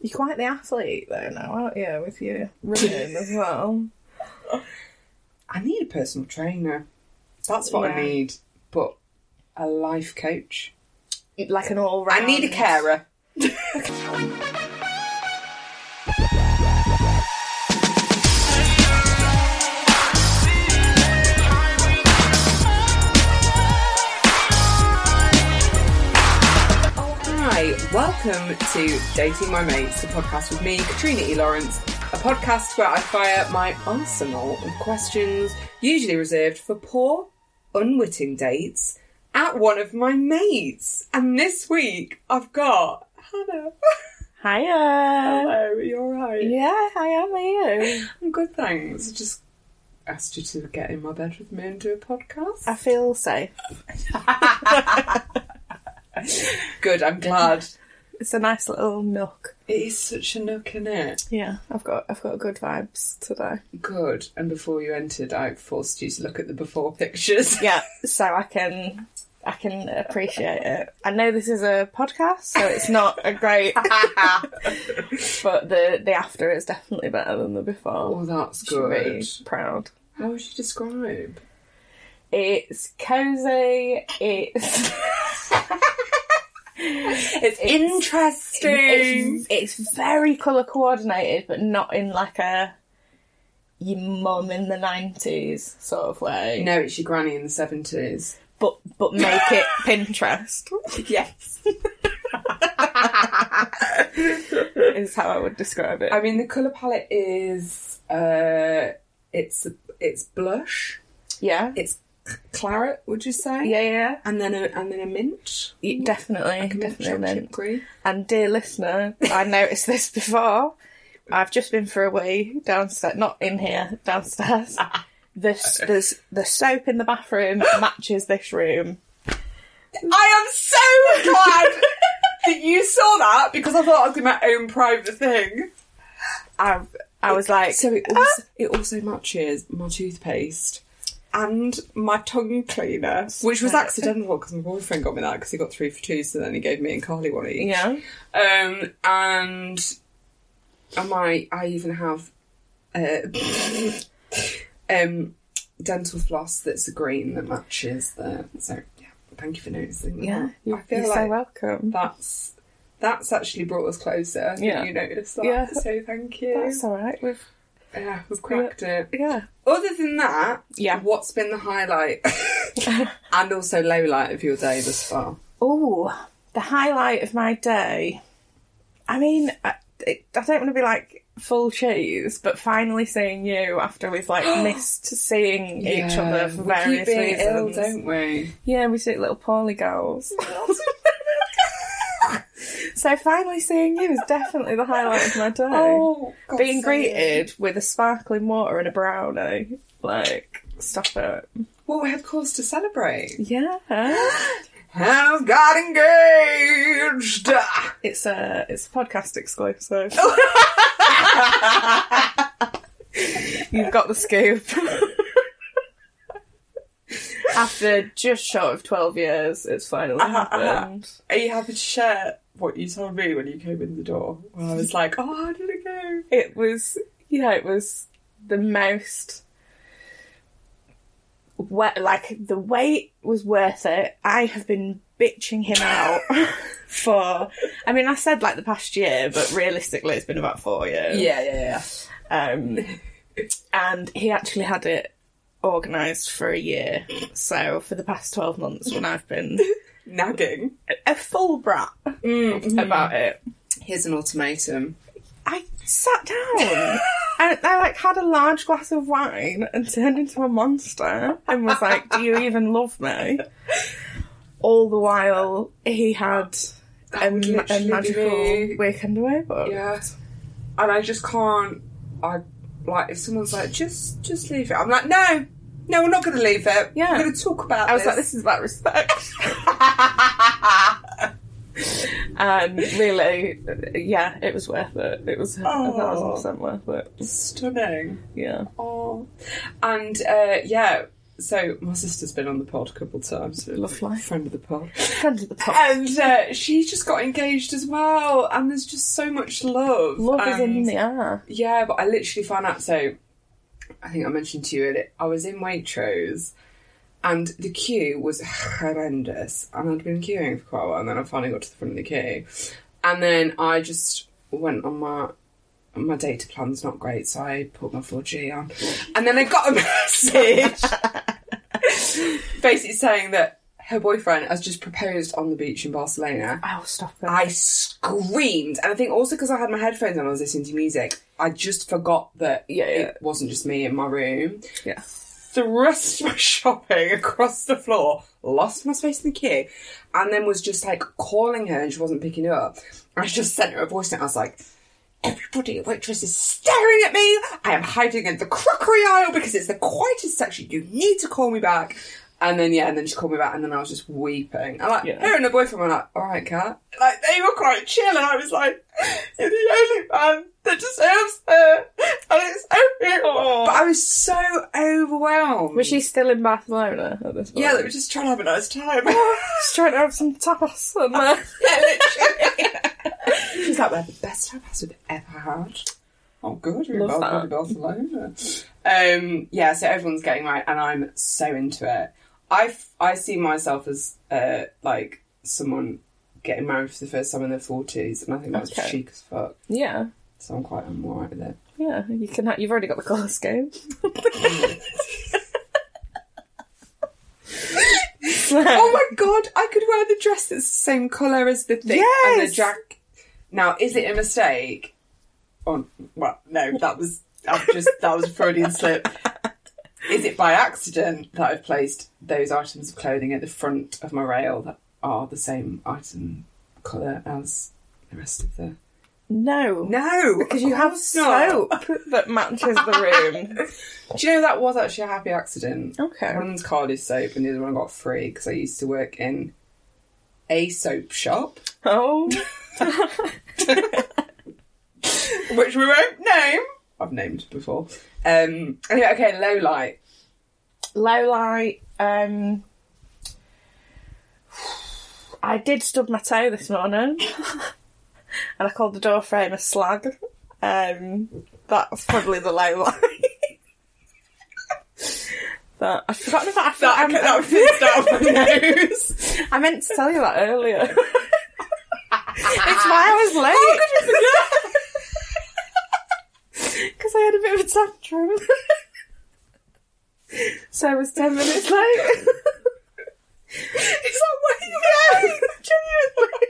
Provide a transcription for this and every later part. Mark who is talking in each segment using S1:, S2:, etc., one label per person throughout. S1: You're quite the athlete though now, aren't you? With your running as well.
S2: I need a personal trainer. That's what I
S1: Yeah.
S2: need. But a life coach.
S1: Like an all round.
S2: I need a carer. Hi, welcome to Dating My Mates, the podcast with me, Katrina E. Lawrence, a podcast where I fire my arsenal of questions, usually reserved for poor, unwitting dates, at one of my mates. And this week I've got Hannah.
S1: Hiya.
S2: Hello, are you alright?
S1: Yeah, I am. Are you?
S2: I'm good, thanks. I just asked you to get in my bed with me and do a podcast.
S1: I feel safe.
S2: Good, I'm glad.
S1: It's a nice little nook.
S2: It is such a nook, in it?
S1: Yeah, I've got I've got good vibes today.
S2: Good. And before you entered, I forced you to look at the before pictures.
S1: Yeah, so I can I can appreciate it. I know this is a podcast, so it's not a great, but the the after is definitely better than the before.
S2: oh, that's
S1: Should be
S2: good.
S1: proud.
S2: How would you describe?
S1: It's cozy. It's
S2: It's interesting.
S1: it's, it's very colour coordinated, but not in like a your mum in the nineties sort of way.
S2: No, it's your granny in the 70s.
S1: But but make it Pinterest
S2: Yes.
S1: is how I would describe it.
S2: I mean, the colour palette is. Uh, it's it's blush.
S1: yeah.
S2: It's c- claret, would you say?
S1: Yeah, yeah,
S2: And then a and then a mint.
S1: yeah. definitely,
S2: Mint
S1: definitely.
S2: chocolate
S1: then.
S2: green.
S1: And dear listener, I noticed this before. I've just been for a wee downstairs, not in here, downstairs. This there's the soap in the bathroom matches this room.
S2: I am so glad that you saw that because I thought I was doing my own private thing.
S1: I I was like, "Ah!"
S2: So it also, it also matches my toothpaste and my tongue cleaner, which was accidental because my boyfriend got me that because he got three for two, so then he gave me and Carly one each.
S1: yeah,
S2: Um, and I might, I even have uh, um, dental floss that's a green that matches the. So yeah, thank you for noticing. that.
S1: yeah. You're,
S2: I feel
S1: you're so
S2: like
S1: welcome.
S2: that's that's actually brought us closer.
S1: Yeah.
S2: Yeah, you noticed that.
S1: Yeah.
S2: So thank you.
S1: That's all right. We've
S2: Yeah, we've cracked it.
S1: yeah.
S2: Other than that,
S1: Yeah.
S2: what's been the highlight and also low light of your day thus far?
S1: Oh, the highlight of my day. I mean, I, it, I don't want to be like full cheese, but finally seeing you after we've like missed seeing each other for
S2: we
S1: various
S2: keep being ill,
S1: reasons.
S2: don't we?
S1: Yeah, we see little poorly girls. so finally seeing you is definitely the highlight of my day.
S2: God,
S1: Being
S2: so ill.
S1: greeted with a sparkling water and a brownie. Like, stop it.
S2: Well, we had cause to celebrate.
S1: Yeah.
S2: Hannah got engaged.
S1: It's a it's a podcast exclusive. You've got the scoop. After just short of twelve years, it's finally happened.
S2: Are you happy to share what you told me when you came in the door? Well, I was like, oh, how did it go?
S1: it was yeah it was the most wet like the wait was worth it i have been bitching him out for i mean i said like the past year but realistically it's been about four years
S2: Yeah, yeah, yeah.
S1: um and he actually had it organized for a year so for the past 12 months when i've been
S2: Nagging. Mm-hmm.
S1: a full brat about it
S2: Here's an ultimatum.
S1: I sat down and I like had a large glass of wine and turned into a monster and was like, "Do you even love me?" All the while he had a,
S2: would
S1: ma- a
S2: literally be me.
S1: magical weekend away book.
S2: Yes. And I just can't. I like if someone's like, just just leave it. I'm like, no, no, we're not going to leave it.
S1: Yeah.
S2: we're going to talk about.
S1: I was
S2: this.
S1: like, "This is about respect." and Um, really, yeah, it was worth it. It was a
S2: Oh.
S1: thousand percent worth it.
S2: stunning.
S1: Yeah,
S2: Oh, and uh, yeah. so my sister's been on the pod a couple of times.
S1: Lovely.
S2: friend of the pod.
S1: Friend of the pod.
S2: And uh, she just got engaged as well, and there's just so much love.
S1: Love is in
S2: and-
S1: the air.
S2: Yeah, but I literally found out. So, I think I mentioned to you earlier, I was in Waitrose and the queue was horrendous. And I'd been queuing for quite a while, and then I finally got to the front of the queue. And then I just went on my. My data plan's not great, so I put my 4G on. And then I got a message basically saying that her boyfriend has just proposed on the beach in Barcelona.
S1: Oh, stop it.
S2: I screamed, and I think also because I had my headphones on, I was listening to music. I just forgot that
S1: Yeah, yeah.
S2: it wasn't just me in my room.
S1: yeah.
S2: Thrust my shopping across the floor, lost my space in the queue, and then was just like calling her, and she wasn't picking up. I just sent her a voice note. I was like. Everybody at Waitress is staring at me. I am hiding in the crockery aisle because it's the quietest section. You need to call me back. And then yeah, and then she called me back, and then I was just weeping. And like
S1: Yeah.
S2: her and her boyfriend were like, "All right, cat." Like they were quite chill, and I was like, "You're the only man that deserves her," and it's so beautiful.
S1: Aw.
S2: But I was so overwhelmed.
S1: Was she still in Barcelona at this point?
S2: Yeah, they were just trying to have a nice time.
S1: Just trying to have some tapas and uh,
S2: Yeah, literally. She's like, "We're the best tapas we've ever had." Oh, good. We're
S1: Love
S2: both in Barcelona. um, yeah, so everyone's getting right, and I'm so into it. I, f- I see myself as uh, like someone getting married for the first time in their forties, and I think that's
S1: Okay.
S2: chic as fuck.
S1: yeah,
S2: So I'm quite I'm alright with it.
S1: yeah. You can. Ha- you've already got the colour scheme.
S2: Oh my god, I could wear the dress that's the same colour as the thing and
S1: Yes!
S2: the jack. Now, is it a mistake? Oh, well, no, that was I just that was a Freudian slip. Is it by accident that I've placed those items of clothing at the front of my rail that are the same item colour as the rest of the?
S1: No,
S2: No,
S1: because you have soap that matches the room.
S2: Do you know that was actually a happy accident?
S1: Okay.
S2: One's Cardiff soap and the other one I got free because I used to work in a soap shop,
S1: oh,
S2: which we won't name. I've named before. Um, anyway, okay, low light.
S1: low light. Um, I did stub my toe this morning, and I called the door frame a slag. Um, that's probably the low light. But I've forgotten about I forgot-
S2: That, okay, that would fit down my nose.
S1: I meant to tell you that earlier. it's why I was late. Because I had Oh, a bit of a tantrum. so I was 10 minutes late.
S2: Is that what you mean? Genuinely.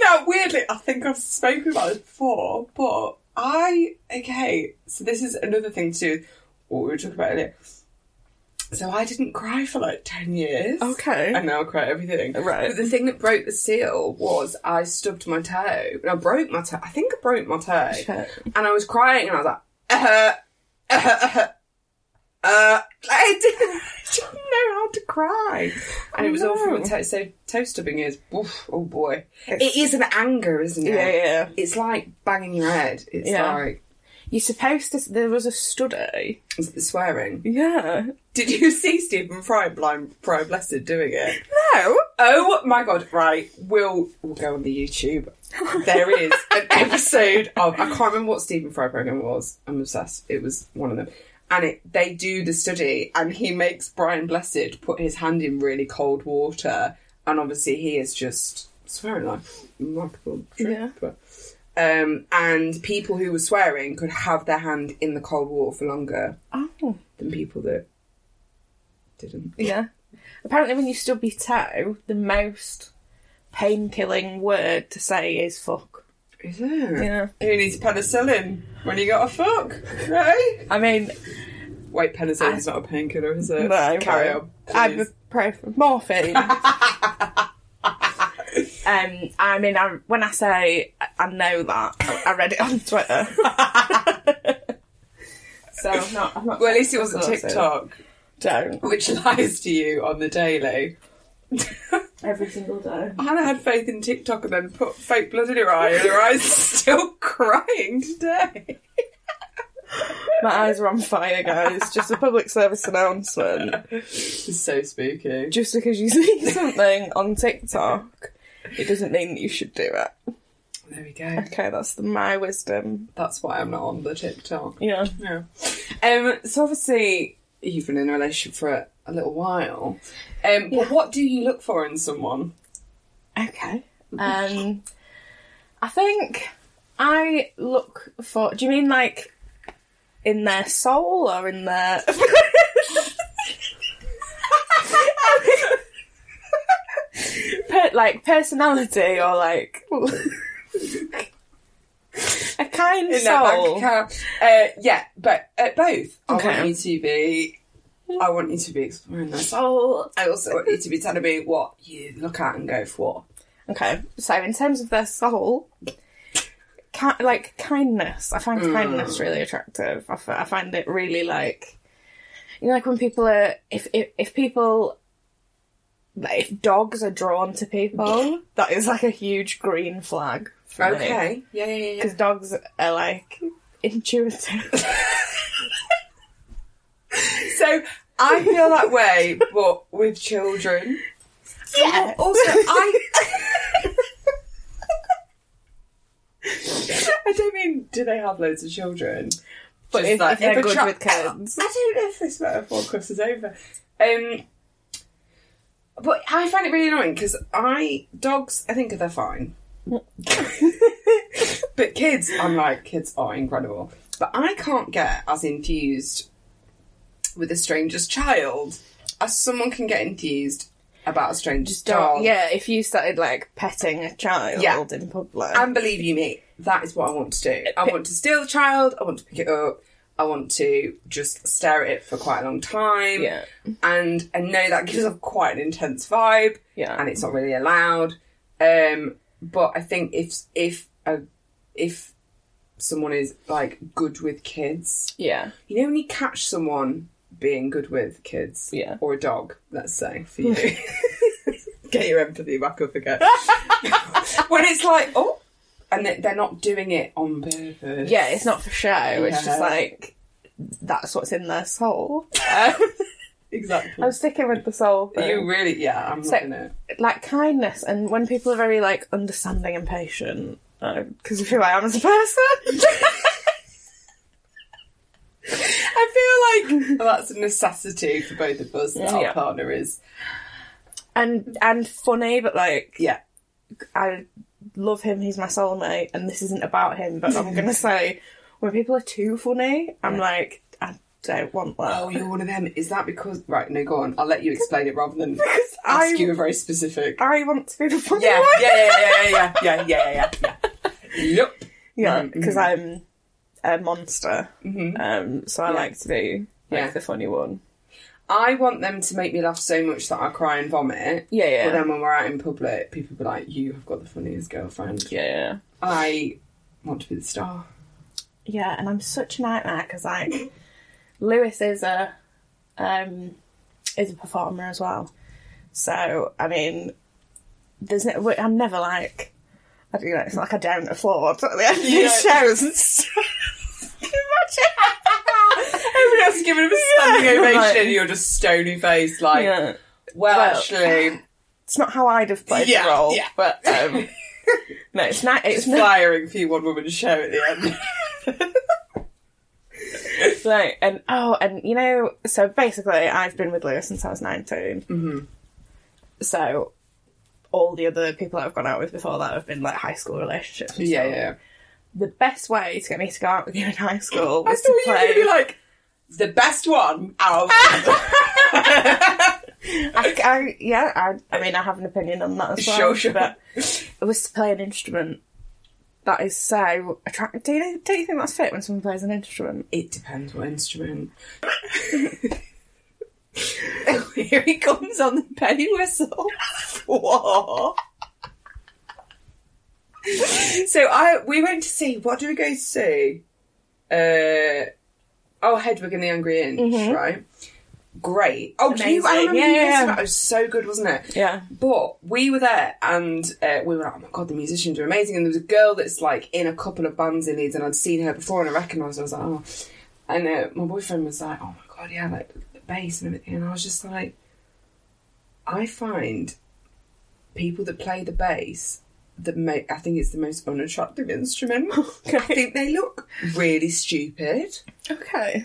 S2: Now, weirdly, I think I've spoken about this before, but I okay. So this is another thing to do with what we were talking about earlier. So I didn't cry for like ten years.
S1: Okay.
S2: I now I cry at everything.
S1: Right.
S2: But the thing that broke the seal was I stubbed my toe. And I broke my toe. I think I broke my toe.
S1: Okay.
S2: And I was crying and I was like, uh, uh, uh, uh, I didn't, I didn't know how to cry. And it was all from
S1: no.
S2: the toe. So toe stubbing is, oof, oh boy.
S1: It's-
S2: It is an anger, isn't it?
S1: Yeah, yeah.
S2: It's like banging your head. It's
S1: Yeah.
S2: like
S1: You're supposed to. There was a study.
S2: it's the swearing.
S1: Yeah.
S2: Did you see Stephen Fry and Blind Fry Blessed doing it?
S1: No.
S2: Oh my god, right. We'll we'll go on the YouTube. There is an episode of I can't remember what Stephen Fry programme was. I'm obsessed. It was one of them. And it, they do the study and he makes Brian Blessed put his hand in really cold water and obviously he is just swearing like like a little trooper. Um, and people who were swearing could have their hand in the cold water for longer
S1: Oh.
S2: than people that didn't.
S1: Yeah. Apparently, when you stub your toe, the most pain-killing word to say is "fuck."
S2: Is it?
S1: Yeah.
S2: Who needs penicillin when you got a fuck, right?
S1: I mean,
S2: Wait, penicillin's not a painkiller, is it?
S1: No,
S2: Carry
S1: no.
S2: on.
S1: I'm
S2: please.
S1: pro morphine. um, I mean, I, when I say I- I know that, I- I read it on Twitter. so I'm not. I'm not
S2: Well, at least it wasn't
S1: That's it.
S2: TikTok,
S1: don't
S2: which lies to you on the daily.
S1: every single day.
S2: Hannah had faith in TikTok and then put fake blood in her eye, and her eye's still crying today.
S1: My eyes are on fire, guys. Just a public service announcement.
S2: It's so spooky.
S1: Just because you see something on TikTok, it doesn't mean that you should do it.
S2: There we go.
S1: Okay, that's the, my wisdom.
S2: That's why I'm not on the TikTok.
S1: Yeah.
S2: Yeah. Um, so obviously you've been in a relationship for a, a little while. Um, but what do you look for in someone?
S1: Okay. Um, I think I look for. Do you mean like in their soul or in their? per, like personality or like a kind
S2: In their
S1: soul.
S2: bank account? Uh, yeah, but uh, both. I
S1: Okay.
S2: want you to be. I want you to be exploring their soul. I also want you to be telling me what you look at and go for.
S1: Okay, so in terms of their soul, ki- like kindness, I find kindness really attractive. I, f- I find it really like, you know, like when people are if if, if people. Like if dogs are drawn to people, that is like a huge green flag for
S2: Okay. Yeah, yeah, yeah. yeah.
S1: Because dogs are like intuitive.
S2: So I feel that way, but with children.
S1: yeah.
S2: Also, I. I don't mean do they have loads of children,
S1: But
S2: Just
S1: if,
S2: like,
S1: if they're
S2: if a
S1: good
S2: tra-
S1: with kids,
S2: I don't know if this metaphor crosses over. Um, but I find it really annoying because I dogs. I think they're fine, but kids. I'm like kids are incredible, but I can't get as infused with a stranger's child as someone can get infused about a stranger's dog.
S1: Dog- yeah. If you started like petting a child
S2: Yeah.
S1: in public,
S2: And believe you me, that is what I want to do. I want to steal the child. I want to pick it up. I want to just stare at it for quite a long time.
S1: Yeah.
S2: And I know that gives off quite an intense vibe.
S1: Yeah.
S2: And it's not really allowed. Um, but I think if if a, if someone is like good with kids,
S1: yeah,
S2: you know when you catch someone being good with kids,
S1: Yeah.
S2: or a dog, let's say for you, get your empathy back up again. when it's like, oh, and they- they're not doing it on purpose.
S1: yeah, it's not for show. It's
S2: Yeah.
S1: just like that's what's in their soul.
S2: exactly.
S1: I'm sticking with the soul thing.
S2: You really, yeah, I'm
S1: So-
S2: not in it.
S1: like kindness, and when people are very like understanding and patient, because of who I am as a person.
S2: I feel like that's a necessity for both of us that our
S1: Yeah.
S2: partner is.
S1: and and funny, but like
S2: Yeah,
S1: I love him. He's my soulmate, and this isn't about him. But I'm gonna say when people are too funny, I'm like I don't want that.
S2: Oh, you're one of them. Is that because? Right, no, go on. I'll let you explain it rather than
S1: Because
S2: ask
S1: I'm-
S2: you a very specific.
S1: I want to be the funny
S2: yeah,
S1: one.
S2: yeah, yeah, yeah, yeah, yeah, yeah, yeah, yeah. Yep.
S1: Yeah,
S2: Mhm,
S1: because I'm a monster. Um, so I
S2: Yeah.
S1: like to be like
S2: Yeah.
S1: the funny one.
S2: I want them to make me laugh so much that I cry and vomit.
S1: Yeah, yeah.
S2: But then when we're out in public, people be like, "You have got the funniest girlfriend."
S1: Yeah, yeah.
S2: I want to be the star.
S1: Yeah, and I'm such a nightmare because like Lewis is a um is a performer as well. So I mean, there's no, we- I'm never like I do you know it's not like I don't afford at the end of these
S2: Yeah.
S1: shows and stuff. Can you imagine?
S2: Everyone else is giving him a standing
S1: Yeah.
S2: ovation,
S1: Like-
S2: and you're just stony faced, like,
S1: yeah.
S2: well,
S1: Well,
S2: actually,
S1: It's not how I'd have played
S2: Yeah,
S1: the role,
S2: yeah.
S1: but um, no, it's not. It's not
S2: firing for your one woman show at the end.
S1: Right, and oh, and you know, so basically, I've been with Lewis since I was 19. Mm-hmm. So, all the other people that I've gone out with before that have been like high school relationships. and
S2: yeah,
S1: stuff.
S2: yeah.
S1: The best way to get me to go out with you in high school
S2: I
S1: was
S2: thought
S1: to
S2: you were
S1: play.
S2: going to be like, the best one out of
S1: I, I- yeah, I, I mean, I have an opinion on that as well.
S2: Sure, sure.
S1: But it was to play an instrument. That is so attractive. Do you, do you think that's fit when someone plays an instrument?
S2: It depends what instrument. Here he comes on the penny whistle. What? so I we went to see what do we go to see? Uh oh Hedwig and the Angry Inch, right? Great. Oh, do you, I
S1: Amazing.
S2: remember
S1: Yeah,
S2: you
S1: yeah,
S2: posted
S1: yeah.
S2: about it. It was so good, wasn't it?
S1: Yeah.
S2: But we were there and uh, we were like, oh my god, the musicians are amazing. And there was a girl that's like in a couple of bands in Leeds and I'd seen her before and I recognised her. I was like, oh. And uh, my boyfriend was like, "Oh my god, yeah, like the bass and everything." And I was just like, I find people that play the bass that make I think it's the most unattractive instrument. I think they look really stupid.
S1: Okay.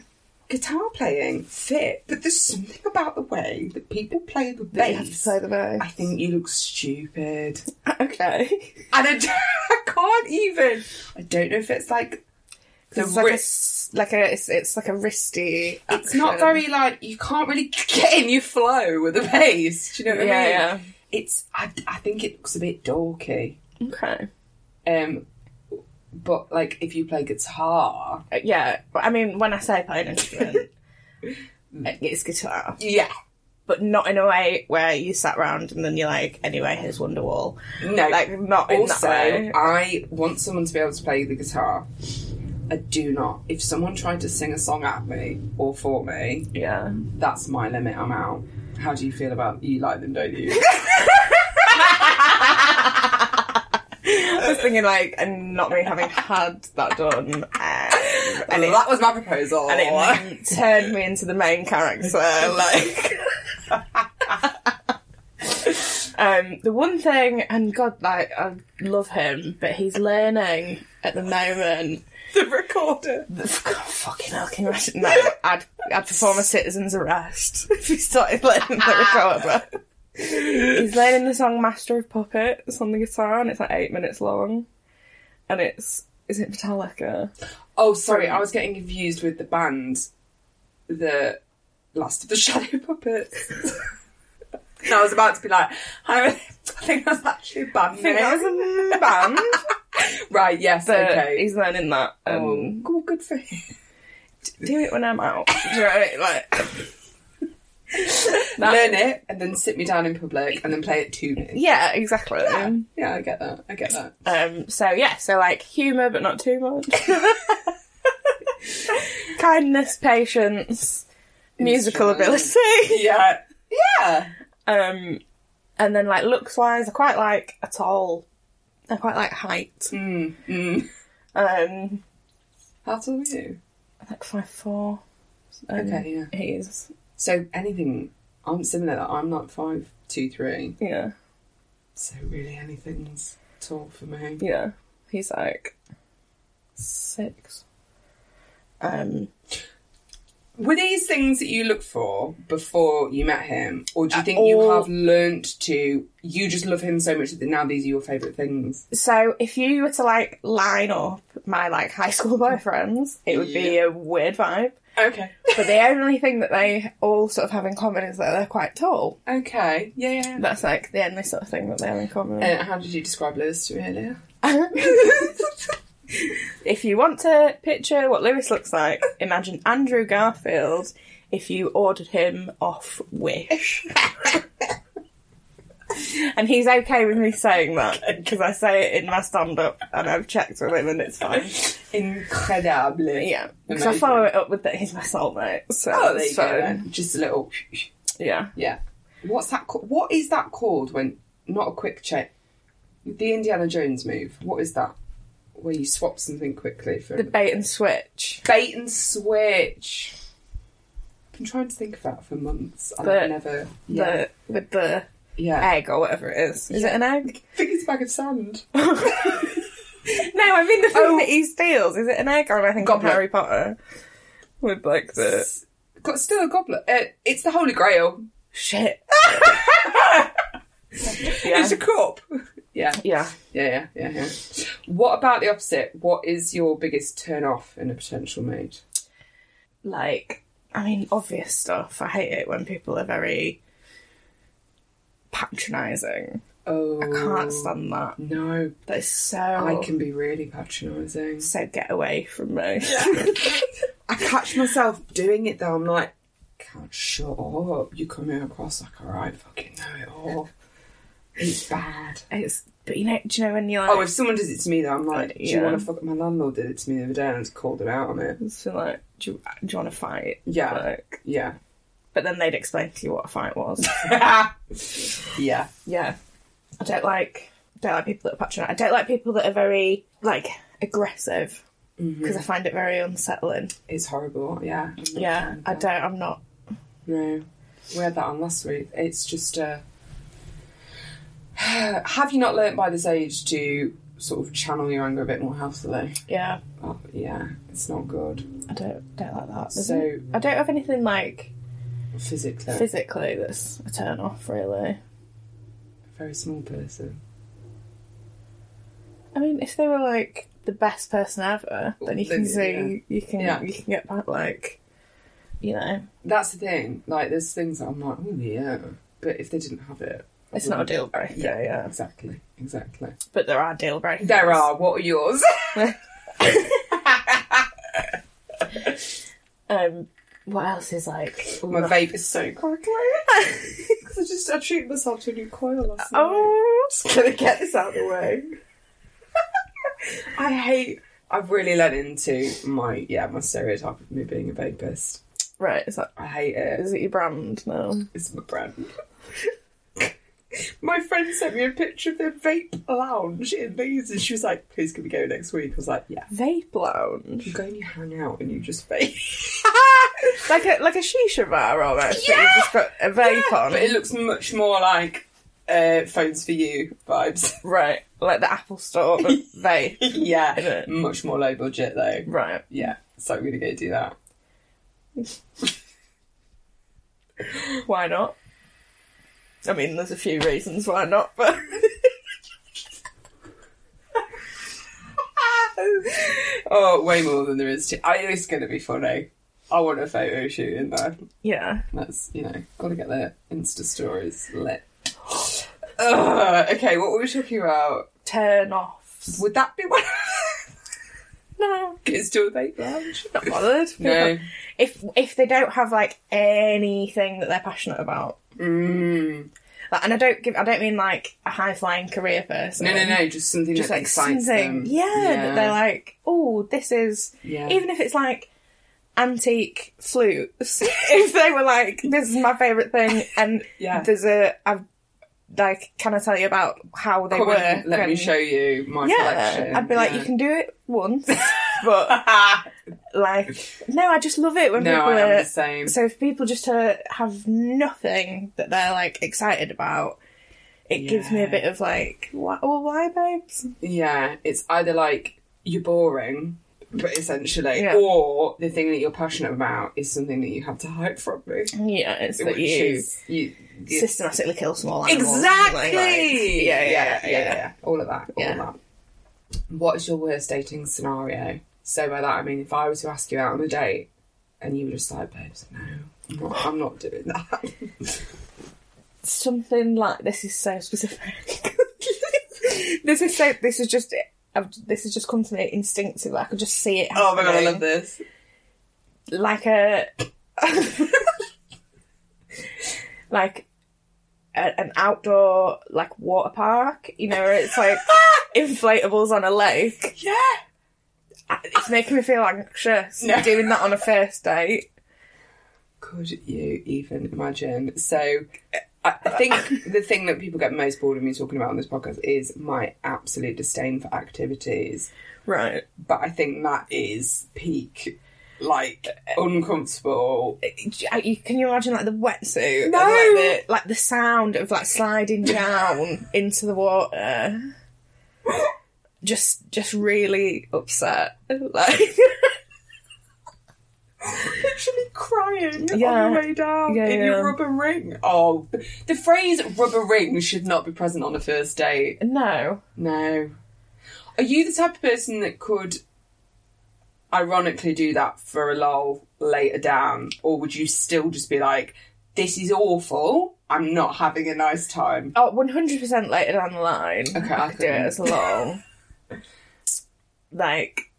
S2: Guitar playing fit, but there's something about the way that people play the
S1: That you have to
S2: bass.
S1: play the bass.
S2: I think you look stupid.
S1: Okay.
S2: And I, d- I can't even. I don't know if it's like the
S1: it's like a,
S2: wrist.
S1: s- like a it's, it's like a wristy.
S2: It's not
S1: action.
S2: very like you can't really get in your flow with the bass. Do you know what I mean?
S1: Yeah,
S2: It's I, I think it looks a bit dorky.
S1: yeah. Okay.
S2: Um, but like if you play guitar,
S1: Uh, Yeah, but I mean, when I say play an instrument, uh, it's guitar,
S2: yeah,
S1: but not in a way where you sat round and then you're like, anyway, here's Wonderwall.
S2: no.
S1: Like, not in
S2: also,
S1: that way.
S2: I want someone to be able to play the guitar. I do not. If someone tried to sing a song at me or for me,
S1: Yeah.
S2: that's my limit. I'm out. How do you feel about you like them, don't you?
S1: I was thinking, like, and not me having had that done. um, and, it,
S2: that was my proposal.
S1: and it turned me into the main character. Like, um, the one thing, and God, like, I love him, but he's learning at the moment
S2: the recorder.
S1: God, fucking hell, can you imagine? No, I'd, I'd perform a citizen's arrest if he started learning the recorder. He's learning the song Master of Puppets on the guitar and it's like eight minutes long. And it's, is it Metallica?
S2: Oh, sorry, I was getting confused with the band, the Last of the Shadow Puppets. and I was about to be like, I, I think that's actually a band
S1: I think that
S2: name.
S1: was a band.
S2: Right, yes,
S1: But
S2: okay.
S1: he's learning that. Um,
S2: oh, good for him.
S1: Do it when I'm out. Do you know what I mean? Like, that-
S2: Learn it and then sit me down in public and then play it to me.
S1: Yeah, exactly.
S2: Yeah, I get that. I get that.
S1: Um, so yeah, so like humour, but not too much. Kindness, patience, musical
S2: Instrument.
S1: ability.
S2: Yeah. Yeah.
S1: Um, and then like looks wise, I quite like a tall. I quite like height.
S2: Mm, mm.
S1: Um,
S2: How tall are you?
S1: like five four. Um,
S2: Okay, yeah.
S1: He is.
S2: So anything, I'm similar. I'm like five, two, three.
S1: Yeah,
S2: So really, anything's tall for me.
S1: yeah. He's like six. Um,
S2: Were these things that you look for before you met him, or do you think you
S1: all-
S2: have learnt to? You just love him so much that now these are your favourite things.
S1: So if you were to like line up my like high school boyfriends, it would be a weird vibe.
S2: Okay.
S1: But the only thing that they all sort of have in common is that they're quite tall.
S2: Okay. Yeah. yeah.
S1: That's like the only sort of thing that they have in common.
S2: Uh, how did you describe Lewis to me earlier?
S1: if you want to picture what Lewis looks like, imagine Andrew Garfield if you ordered him off Wish. and he's okay with me saying that because I say it in my stand up and I've checked with him and it's fine.
S2: Incredible.
S1: Yeah, because I
S2: Amazing.
S1: follow it up with that he's my soulmate. So
S2: Oh, there
S1: it's
S2: you go.
S1: fine.
S2: then. Just a little.
S1: Yeah,
S2: Yeah. What's that? ca- What is that called when not a quick check? The Indiana Jones move. What is that? Where you swap something quickly for
S1: the bait and switch.
S2: bait and switch. I've been trying to think of that for months. and
S1: The-
S2: I've never. Yeah.
S1: The with the
S2: yeah.
S1: egg or whatever it is. Is it an egg?
S2: I think it's a bag of sand.
S1: No, I mean the thing that he steals. Is it an egg or I think
S2: Goblet.
S1: Harry Potter with like the
S2: It's got still a goblet. Uh, it's the Holy Grail.
S1: shit.
S2: It's
S1: yeah.
S2: a cup. Yeah.
S1: yeah.
S2: yeah, yeah, yeah, yeah. What about the opposite? What is your biggest turn off in a potential mate?
S1: like I mean obvious stuff. I hate it when people are very patronising.
S2: Oh,
S1: I can't stand that.
S2: No,
S1: That is so
S2: I can be really patronising.
S1: so get away from me.
S2: I catch myself doing it though. I'm like, can't shut up. You come here across like, all right, fucking know it all. It's bad.
S1: It's but you know do you know when you're like
S2: Oh, if someone does it to me though, I'm like, do you
S1: Yeah.
S2: want to fuck? My landlord did it to me the other day, and I just called him out on it.
S1: So like, do you, do you want to fight?
S2: Yeah.
S1: Like,
S2: Yeah,
S1: but then they'd explain to you what a fight was.
S2: yeah.
S1: yeah. I don't like don't like people that are patronising. I don't like people that are very like aggressive.
S2: Mm-hmm.
S1: because I find it very unsettling.
S2: It's horrible. Yeah. I'm not
S1: Yeah,
S2: fond
S1: I
S2: of
S1: don't. I'm not.
S2: No, we had that on last week. It's just, uh, have you not learnt by this age to sort of channel your anger a bit more healthily?
S1: Yeah,
S2: Oh, yeah, it's not good
S1: I don't. Don't like that. There's
S2: So-
S1: n- I don't have anything like
S2: physically.
S1: physically that's a turn off. Really.
S2: Very small person.
S1: I mean, if they were like the best person ever, then you
S2: Then,
S1: can see you can
S2: Yeah.
S1: you can get back like, you know,
S2: That's the thing. Like, there's things that I'm like, oh yeah, but if they didn't have it, I
S1: it's not a
S2: wouldn't-
S1: deal breaker. Yeah, yeah.
S2: exactly, exactly.
S1: But there are deal breakers.
S2: There are. What are yours?
S1: Um, what else is like?
S2: Oh My vape is so crackly because I just I treated myself to a new coil last night.
S1: oh,
S2: just gonna get this out of the way. I hate. I've really let into my yeah my stereotype of me being a vapist.
S1: right. Is that
S2: I hate it.
S1: is it your brand now?
S2: It's my brand. my friend sent me a picture of their vape lounge in Leeds, and she was like, "Please can we go next week?" I was like, "Yeah."
S1: Vape lounge,
S2: You go and you hang out and you just vape.
S1: like a like a shisha bar almost. but
S2: Yeah!
S1: you've just got a vape on.
S2: but it looks much more like uh, phones for you vibes.
S1: right, like the Apple Store but vape.
S2: yeah,
S1: Is it?
S2: much more low budget though.
S1: Right.
S2: Yeah, so I'm gonna go do that.
S1: Why not? I mean, there's a few reasons why not, but
S2: oh, way more than there is to. I, it's going to be funny. I want a photo shoot in there.
S1: yeah.
S2: That's you know, got to get the Insta stories lit. Ugh, okay, what were we talking about?
S1: Turn offs.
S2: Would that be one?
S1: No,
S2: Can it still vape lounge?
S1: not bothered.
S2: No.
S1: If if they don't have like anything that they're passionate about,
S2: Mm.
S1: like, and I don't give, I don't mean like a high flying career person.
S2: No, no, no. Just something
S1: Just
S2: that
S1: like
S2: excites
S1: something,
S2: them.
S1: yeah, That they're like, oh, this is
S2: Yeah.
S1: even if it's like antique flutes if they were like this is my favorite thing and
S2: Yeah.
S1: there's a i've like can i tell you about how they
S2: Come
S1: work
S2: on, let me
S1: and-
S2: show you my
S1: yeah
S2: collection.
S1: i'd be like
S2: Yeah.
S1: you can do it once but like no i just love it when
S2: no,
S1: people
S2: I am
S1: are
S2: the same.
S1: so if people just uh, have nothing that they're like excited about it gives me a
S2: Yeah.
S1: bit of like why, well why babes
S2: Yeah, it's either like you're boring, but essentially,
S1: Yeah.
S2: or the thing that you're passionate about is something that you have to hide from me.
S1: yeah it's that
S2: Which
S1: you
S2: is you. you-
S1: systematically kill small animals
S2: exactly.
S1: like, like- yeah, yeah, yeah,
S2: All of that. All
S1: Yeah.
S2: of that. What is your worst dating scenario? So by that I mean, if I were to ask you out on a date, and you were just like, "Babes, no, I'm not, I'm not doing that."
S1: something like this is so specific. this is so. This is just. I've, this has just come to me instinctively. I could just see it.
S2: Oh
S1: Happening.
S2: this.
S1: Like a. like. a- An outdoor like water park, you know, where it's like inflatables on a lake.
S2: Yeah.
S1: It's making me feel anxious.
S2: No.
S1: Doing that on a first date.
S2: Could you even imagine? So, I I think the thing that people get most bored of me talking about on this podcast is my absolute disdain for activities.
S1: Right.
S2: But I think that is peak, like uncomfortable.
S1: I- you, can you imagine like the wetsuit?
S2: No!
S1: And, like, the, like the sound of like sliding down into the water. Just, just really upset. Like,
S2: Literally crying
S1: Yeah.
S2: on the way down
S1: Yeah,
S2: in
S1: yeah.
S2: your rubber ring. Oh, the phrase "rubber ring" should not be present on a first date.
S1: no,
S2: No. Are you the type of person that could ironically do that for a lull later down? Or would you still just be like, this is awful, I'm not having a nice time?
S1: oh, one hundred percent later down the line.
S2: Okay,
S1: I,
S2: I
S1: could do it
S2: couldn't.
S1: as long. like,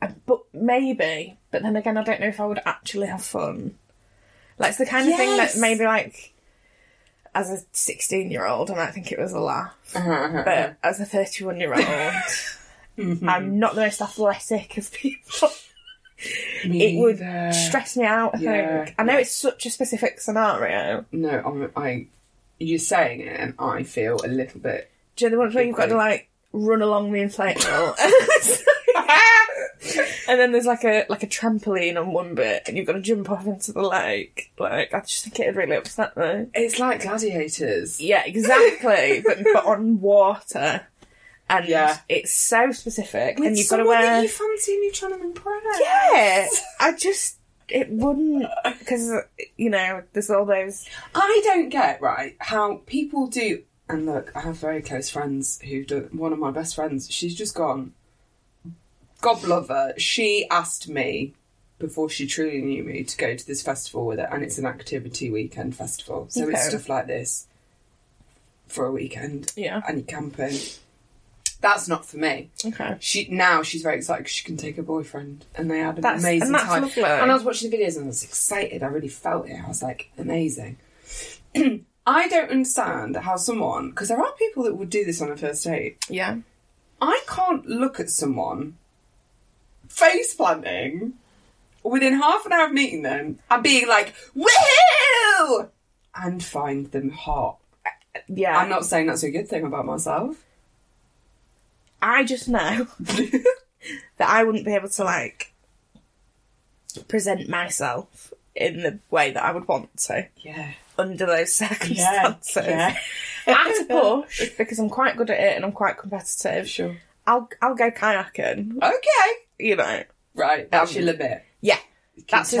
S1: I- but maybe. But then again, I don't know if I would actually have fun. Like it's the kind of thing that
S2: Yes.
S1: maybe like as a sixteen-year-old, I might think it was a laugh. Uh-huh.
S2: but
S1: but as a 31 year old,
S2: Mm-hmm.
S1: I'm not the most athletic of people. It would stress me out, I
S2: Yeah.
S1: think. I know it's such a specific scenario.
S2: No, I'm, I. You're saying it, and I feel a little bit.
S1: Do you know the ones where you've got to like run along the inflatable? And then there's like a like a trampoline on one bit, and you've got to jump off into the lake. Like I just think it'd really upset me.
S2: It's like gladiators.
S1: Yeah, exactly. but but on water, and
S2: Yeah.
S1: it's so specific,
S2: With
S1: and you've got to
S2: someone
S1: wear.
S2: that you fancy and you're trying to impress.
S1: yeah, I just it wouldn't because you know there's all those.
S2: I don't get right how people do. And look, I have very close friends who do. One of my best friends, she's just gone. God love her. She asked me before she truly knew me to go to this festival with her, and it's an activity weekend festival, so it's
S1: Okay.
S2: stuff like this for a weekend,
S1: Yeah.
S2: and you're camping. That's not for me.
S1: Okay.
S2: She now she's very excited 'cause she can take her boyfriend, and they had an
S1: That's-
S2: amazing
S1: and that's
S2: time.
S1: lovely.
S2: And I was watching the videos, and I was excited. I really felt it. I was like, amazing. I don't understand how someone, because there are people that would do this on a first date.
S1: Yeah.
S2: I can't look at someone face planting within half an hour of meeting them and being like, woohoo! And find them hot.
S1: Yeah.
S2: I'm not saying that's a good thing about myself.
S1: I just know that I wouldn't be able to like present myself in the way that I would want to
S2: yeah.
S1: under those
S2: Yeah.
S1: circumstances.
S2: yeah.
S1: I have to push because I'm quite good at it and I'm quite competitive.
S2: Sure.
S1: I'll I'll go kayaking,
S2: Okay.
S1: you know.
S2: Right, that's your limit.
S1: Yeah. That's as,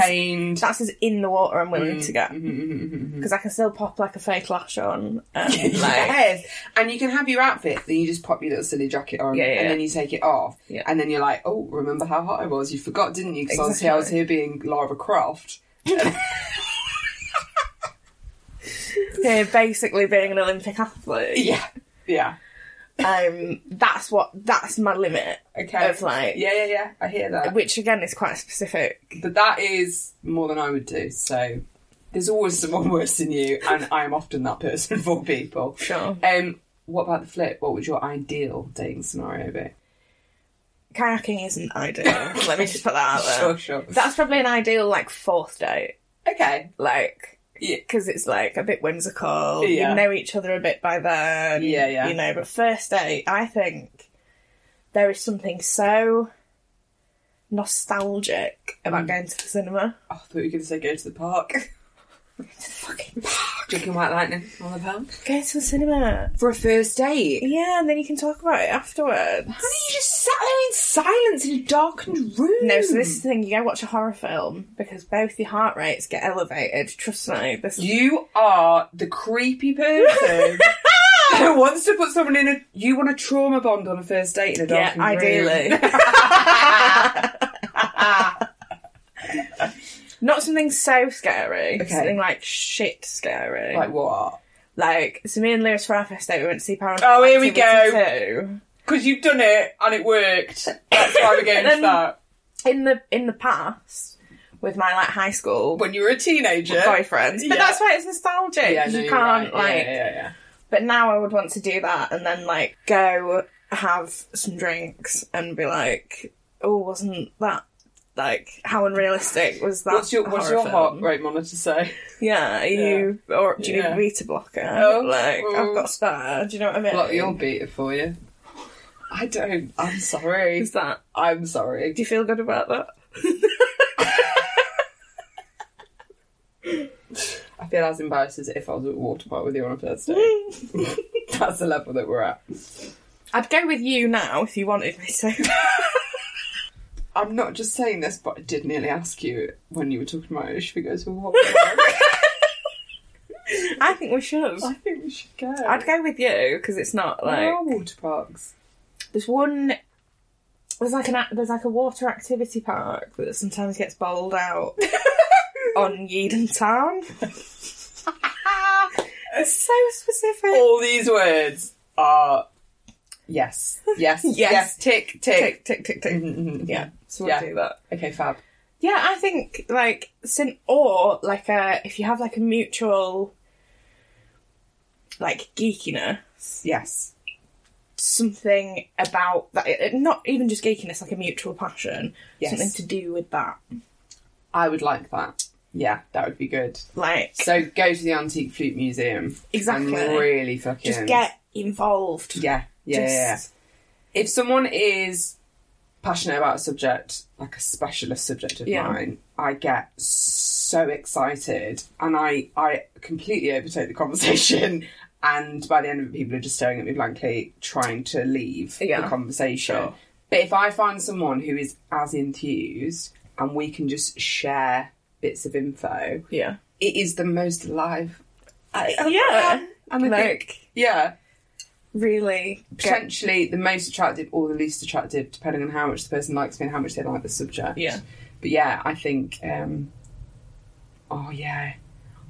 S2: Contained.
S1: that's as in the water I'm willing to get.
S2: Mhm, mhm, mhm, mhm.
S1: Because I can still pop like a fake lash on. And, like,
S2: Yes. And you can have your outfit, then you just pop your little silly jacket on,
S1: Yeah, yeah,
S2: and then
S1: yeah.
S2: you take it off.
S1: Yeah.
S2: And then you're like, oh, remember how hot I was? You forgot, didn't you? Because I, was
S1: Exactly.
S2: here, I was here being Lara Croft.
S1: yeah, basically being an Olympic athlete.
S2: Yeah. Yeah.
S1: Um, that's what that's my limit.
S2: Okay.
S1: Of like-
S2: yeah, yeah, yeah. I hear that.
S1: Which again is quite specific.
S2: But that is more than I would do. So there's always someone worse than you, and I am often that person for people.
S1: Sure.
S2: Um, what about the flip? What would your ideal dating scenario be?
S1: kayaking isn't ideal. Let me just put that out there.
S2: Sure, sure.
S1: That's probably an ideal like fourth date,
S2: Okay.
S1: like
S2: Yeah.
S1: because it's like a bit whimsical.
S2: Yeah.
S1: You know each other a bit by then.
S2: Yeah, yeah.
S1: You know, but first date, I think there is something so nostalgic about
S2: Mm.
S1: going to the cinema.
S2: Oh, I thought you were going to say go to the park.
S1: Fucking
S2: Drinking white lightning on the pub.
S1: go to the cinema.
S2: For a first date.
S1: Yeah, and then you can talk about it afterwards.
S2: How do you just sat there in silence in a darkened room?
S1: No, so this is the thing. You go watch a horror film because both your heart rates get elevated. Trust me, this is
S2: You are the creepy person who wants to put someone in a. You want a trauma bond on a first date in a
S1: yeah,
S2: darkened room.
S1: ideally. Not something so scary.
S2: Okay.
S1: Something like shit scary.
S2: Like
S1: Like,
S2: what?
S1: so me and Lewis for our first date, we went to see Paranormal
S2: Oh, here we go.
S1: Activity
S2: Because you've done it and it worked. That's why we're going to
S1: Then- 2.
S2: that.
S1: In the in the past, with my like high school
S2: When you were a teenager.
S1: boyfriends, but
S2: Yeah.
S1: that's why it's nostalgic.
S2: Yeah, no,
S1: you
S2: you're
S1: can't
S2: right.
S1: like.
S2: Yeah, yeah, yeah.
S1: But now I would want to do that and then like go have some drinks and be like, oh, wasn't that like how unrealistic was that?
S2: What's your What's
S1: horror
S2: your
S1: film?
S2: heart rate monitor say?
S1: Yeah, are you or do you
S2: Yeah.
S1: need a beta blocker?
S2: Oh.
S1: Like
S2: Mm.
S1: I've got spare. Do you know what I mean?
S2: Block your beater for you. I don't. I'm sorry.
S1: Is that?
S2: I'm sorry.
S1: Do you feel good about that?
S2: I feel as embarrassed as if I was at a water park with you on a first date. That's the level that we're at.
S1: I'd go with you now if you wanted me to.
S2: I'm not just saying this, but I did nearly ask you when you were talking about it, should we go to a water park?
S1: I think we should.
S2: I Oh. think we should go.
S1: I'd go with you because it's not like
S2: There are water parks.
S1: there's one. There's like an act- there's like a water activity park that sometimes gets bowled out on Yeadon Town. It's so specific.
S2: All these words are yes, yes, yes,
S1: Yes.
S2: tick,
S1: tick
S2: tick.
S1: tick tick tick.
S2: Mhm.
S1: Yeah, so we'll
S2: Yeah.
S1: do that.
S2: Okay, fab.
S1: Yeah, I think like sin or like a if you have like a mutual like geekiness,
S2: Yes.
S1: something about that. it- Not even just geekiness, like a mutual passion,
S2: Yes.
S1: something to do with that.
S2: I would like that. Yeah, that would be good.
S1: Like
S2: So go to the Antique Flute Museum.
S1: Exactly.
S2: And really fucking.
S1: just get involved.
S2: Yeah, yeah, yeah, yeah.
S1: Just-
S2: If someone is passionate about a subject, like a specialist subject of
S1: Yeah.
S2: mine, I get so excited and I, I completely overtake the conversation. And by the end of it, people are just staring at me blankly, trying to leave the
S1: Yeah.
S2: conversation.
S1: Sure.
S2: But if I find someone who is as enthused and we can just share bits of info,
S1: Yeah.
S2: it is the most alive. I,
S1: Yeah.
S2: I'm a
S1: Like,
S2: yeah
S1: really get
S2: potentially the most attractive or the least attractive, depending on how much the person likes me and how much they like the subject.
S1: Yeah.
S2: But yeah, I think. Um, oh yeah,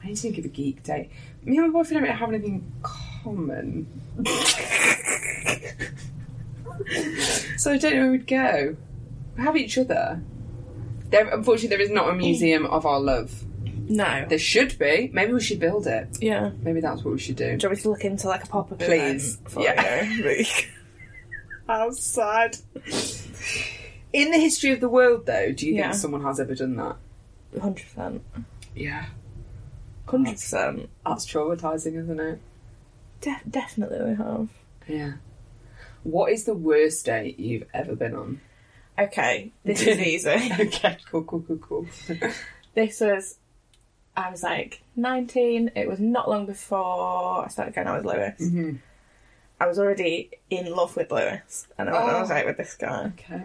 S2: I need to think of a geek date. Me and my boyfriend don't really have anything in common, so I don't know where we'd go. We have each other. There, unfortunately, there is not a museum of our love.
S1: no.
S2: There should be. Maybe we should build it.
S1: Yeah.
S2: Maybe that's what we should do.
S1: Do you want me to look into like a pop up?
S2: Please.
S1: For
S2: Yeah.
S1: you? Like-
S2: How sad. In the history of the world, though, do you
S1: Yeah.
S2: think someone has ever done that?
S1: 100%.
S2: Yeah.
S1: 100%.
S2: That's traumatising, isn't it?
S1: De- definitely we have.
S2: Yeah. What is the worst date you've ever been on?
S1: Okay, this is easy.
S2: okay, cool, cool, cool, cool.
S1: This was, I was like 19. It was not long before I started going out with Lewis.
S2: Mhm.
S1: I was already in love with Lewis, and I went on
S2: Oh.
S1: a date with this guy
S2: okay.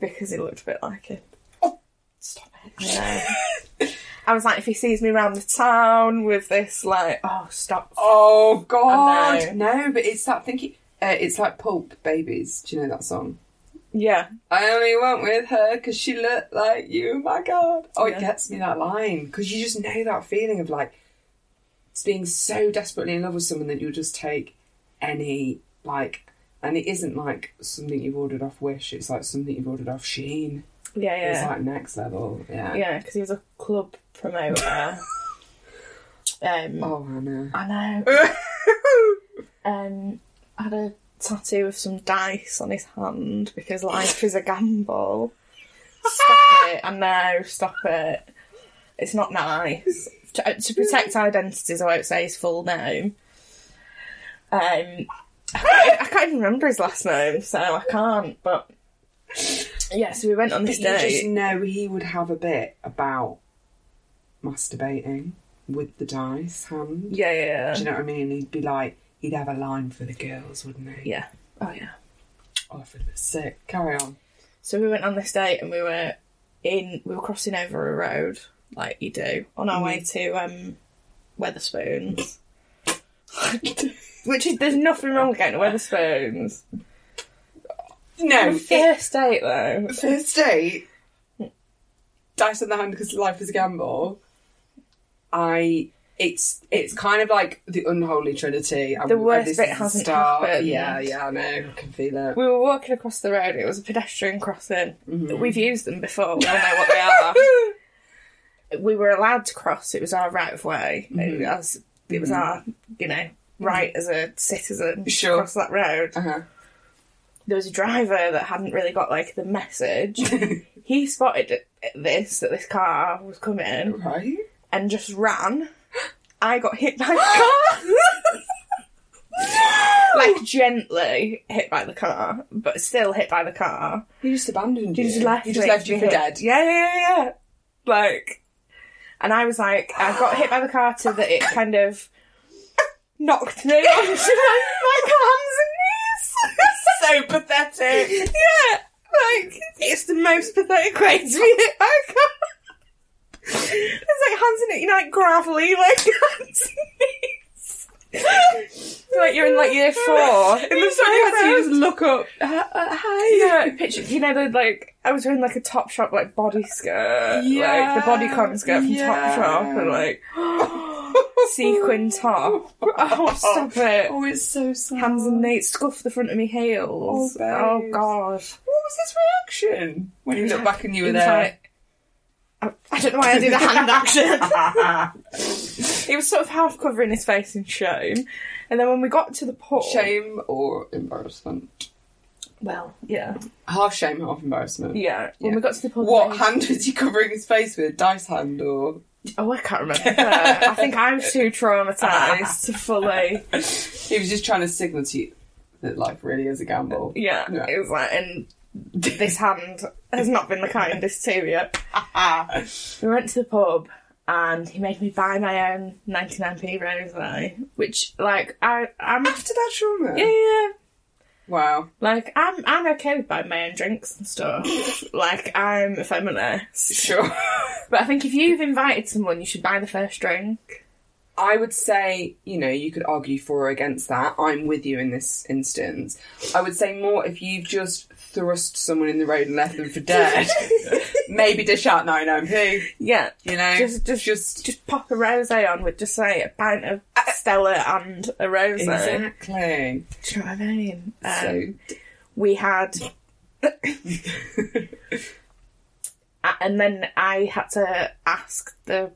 S1: because he looked a bit like him.
S2: Oh, Stop
S1: I know. I was like, if he sees me around the town with this, like, oh, stop.
S2: Oh, God.
S1: I
S2: No, but it's that thinking. Uh, it's like Pulp Babies. Do you know that song?
S1: Yeah,
S2: I only went with her because she looked like you. My God. Oh, it
S1: Yeah.
S2: gets me that line because you just know that feeling of like being so desperately in love with someone that you'll just take any like, and it isn't like something you've ordered off Wish. It's like something you've ordered off Sheen.
S1: yeah,
S2: It's
S1: yeah.
S2: like next level. Yeah.
S1: yeah, because he was a club promoter. um,
S2: Oh, I know.
S1: I know. um, had a tattoo with some dice on his hand because life is a gamble. Stop it! I know. Stop it. It's not nice. To, uh, to protect identities, I won't say his full name. Um, I can't, I can't even remember his last name, so I can't. But yeah, so we went on
S2: But
S1: this
S2: you just
S1: date.
S2: know he would have a bit about masturbating with the dice hand.
S1: Yeah, yeah,
S2: Do
S1: yeah.
S2: you know what I mean? He'd be like, he'd have a line for the girls, wouldn't he?
S1: yeah. Oh yeah.
S2: Oh, I feel a bit sick. Carry on.
S1: So we went on this date and we were in we were crossing over a road, like you do, on our
S2: Mm.
S1: way to um Weatherspoons. Which is there's nothing wrong with going to Weatherspoons.
S2: No,
S1: The first date though.
S2: first date. Dice on the hand because life is a gamble. I. It's it's kind of like the unholy trinity. I'm-
S1: The worst
S2: this
S1: bit
S2: is
S1: hasn't
S2: start.
S1: happened.
S2: Yeah, yeah, I know. I can feel it.
S1: We were walking across the road, it was a pedestrian crossing.
S2: Mm-hmm.
S1: We've used them before, we all know what they are. we were allowed to cross. It was our right of way.
S2: Mm-hmm.
S1: It was, it was our, you know, right as a citizen to
S2: Sure.
S1: cross that road.
S2: Uh-huh.
S1: There was a driver that hadn't really got like the message. he spotted this that this car was coming
S2: Right?
S1: and just ran. I got hit by the car. like gently hit by the car, but still hit by the car.
S2: He just abandoned
S1: He
S2: you.
S1: just left.
S2: He just
S1: me
S2: left
S1: to
S2: you
S1: be
S2: for
S1: hit.
S2: dead.
S1: Yeah, yeah, yeah, yeah. Like, and I was like, I got hit by the car to that it kind of knocked me onto my, my hands and knees. so pathetic. Yeah, like it's the most pathetic way to be hit by a car. It's like hands and knees, you know, like gravelly, like hands and knees. like you're in like year four. In the
S2: So you
S1: summer,
S2: just look up. uh,
S1: yeah, picture. You know, the like I was wearing like a top shop like body skirt,
S2: Yeah,
S1: like the bodycon skirt from
S2: yeah.
S1: Top Shop, and like sequin top. Oh, stop it!
S2: Oh, it's so sad.
S1: Hands and knees, scuff the front of me heels.
S2: Oh, babe.
S1: Oh, god!
S2: What was his reaction when you look back and you were
S1: He was
S2: there?
S1: like- I, I don't know why I did a hand action. he was sort of half covering his face in shame, and then when we got to the port,
S2: Shame or embarrassment?
S1: Well, yeah,
S2: Half shame, half embarrassment.
S1: yeah. When
S2: Yeah.
S1: we got to the port,
S2: What hand was he covering his face with? Dice hand or?
S1: Oh, I can't remember. I think I'm too traumatized to fully.
S2: He was just trying to signal to you that life really is a gamble.
S1: Yeah,
S2: Yeah.
S1: it was like, and this hand has not been the kindest to you. Ah. we went to the pub and he made me buy my own 99p rosé, which, like, I, I'm...
S2: After that trauma.
S1: Yeah, yeah.
S2: Wow.
S1: Like, I'm, I'm okay with buying my own drinks and stuff. like, I'm a feminist.
S2: Sure.
S1: But I think if you've invited someone, you should buy the first drink.
S2: I would say, you know, you could argue for or against that. I'm with you in this instance. I would say more if you've just thrust someone in the road and left them for dead. Maybe dish out 9MP,
S1: Yeah.
S2: you know?
S1: Just, just, just, just pop a rosé on with just say a pint of Stella and a rosé.
S2: Exactly.
S1: Do you know what I mean? Um,
S2: so,
S1: we had, a- and then I had to ask the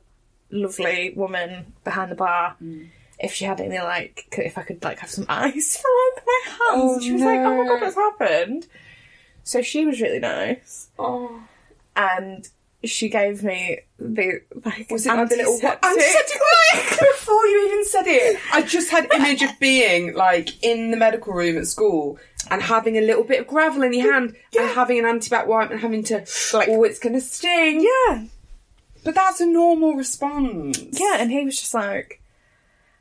S1: lovely woman behind the bar
S2: Mm.
S1: if she had any like, c- if I could like have some ice for like my hands.
S2: Oh,
S1: and she was like, "Oh my
S2: no.
S1: god, what's happened?" So she was really nice,
S2: oh.
S1: and she gave me the like
S2: Was it like the little what?
S1: antiseptic-
S2: before you even said it. I just had image of being like in the medical room at school and having a little bit of gravel in your hand and having an antibac wipe and having to like, oh, it's gonna sting.
S1: yeah,
S2: But that's a normal response.
S1: Yeah, and he was just like,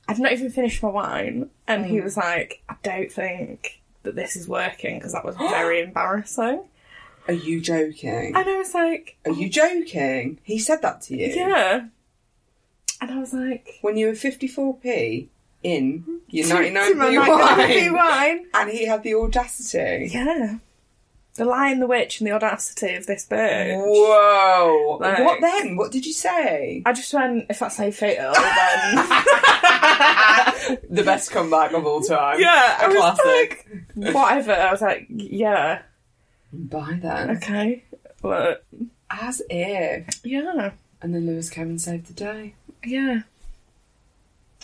S1: I'd not even finished my wine. And
S2: Mm.
S1: he was like, I don't think that this is working because that was very embarrassing.
S2: Are you joking?
S1: And I was like,
S2: Are you joking? He said that to you.
S1: yeah. And I was like,
S2: When you were 54p in your 99p
S1: "To my
S2: wine,
S1: night- wine.
S2: and he had the audacity.
S1: Yeah. The lie and the witch and the audacity of this bitch.
S2: Whoa!
S1: Like-
S2: what then? What did you say?
S1: I just went, if that's how fatal, then
S2: the best comeback of all time.
S1: Yeah, I
S2: a
S1: was
S2: classic.
S1: whatever. I was like, yeah,
S2: By then,
S1: okay. But,
S2: as if,
S1: yeah,
S2: and then Lewis came and saved the day.
S1: yeah.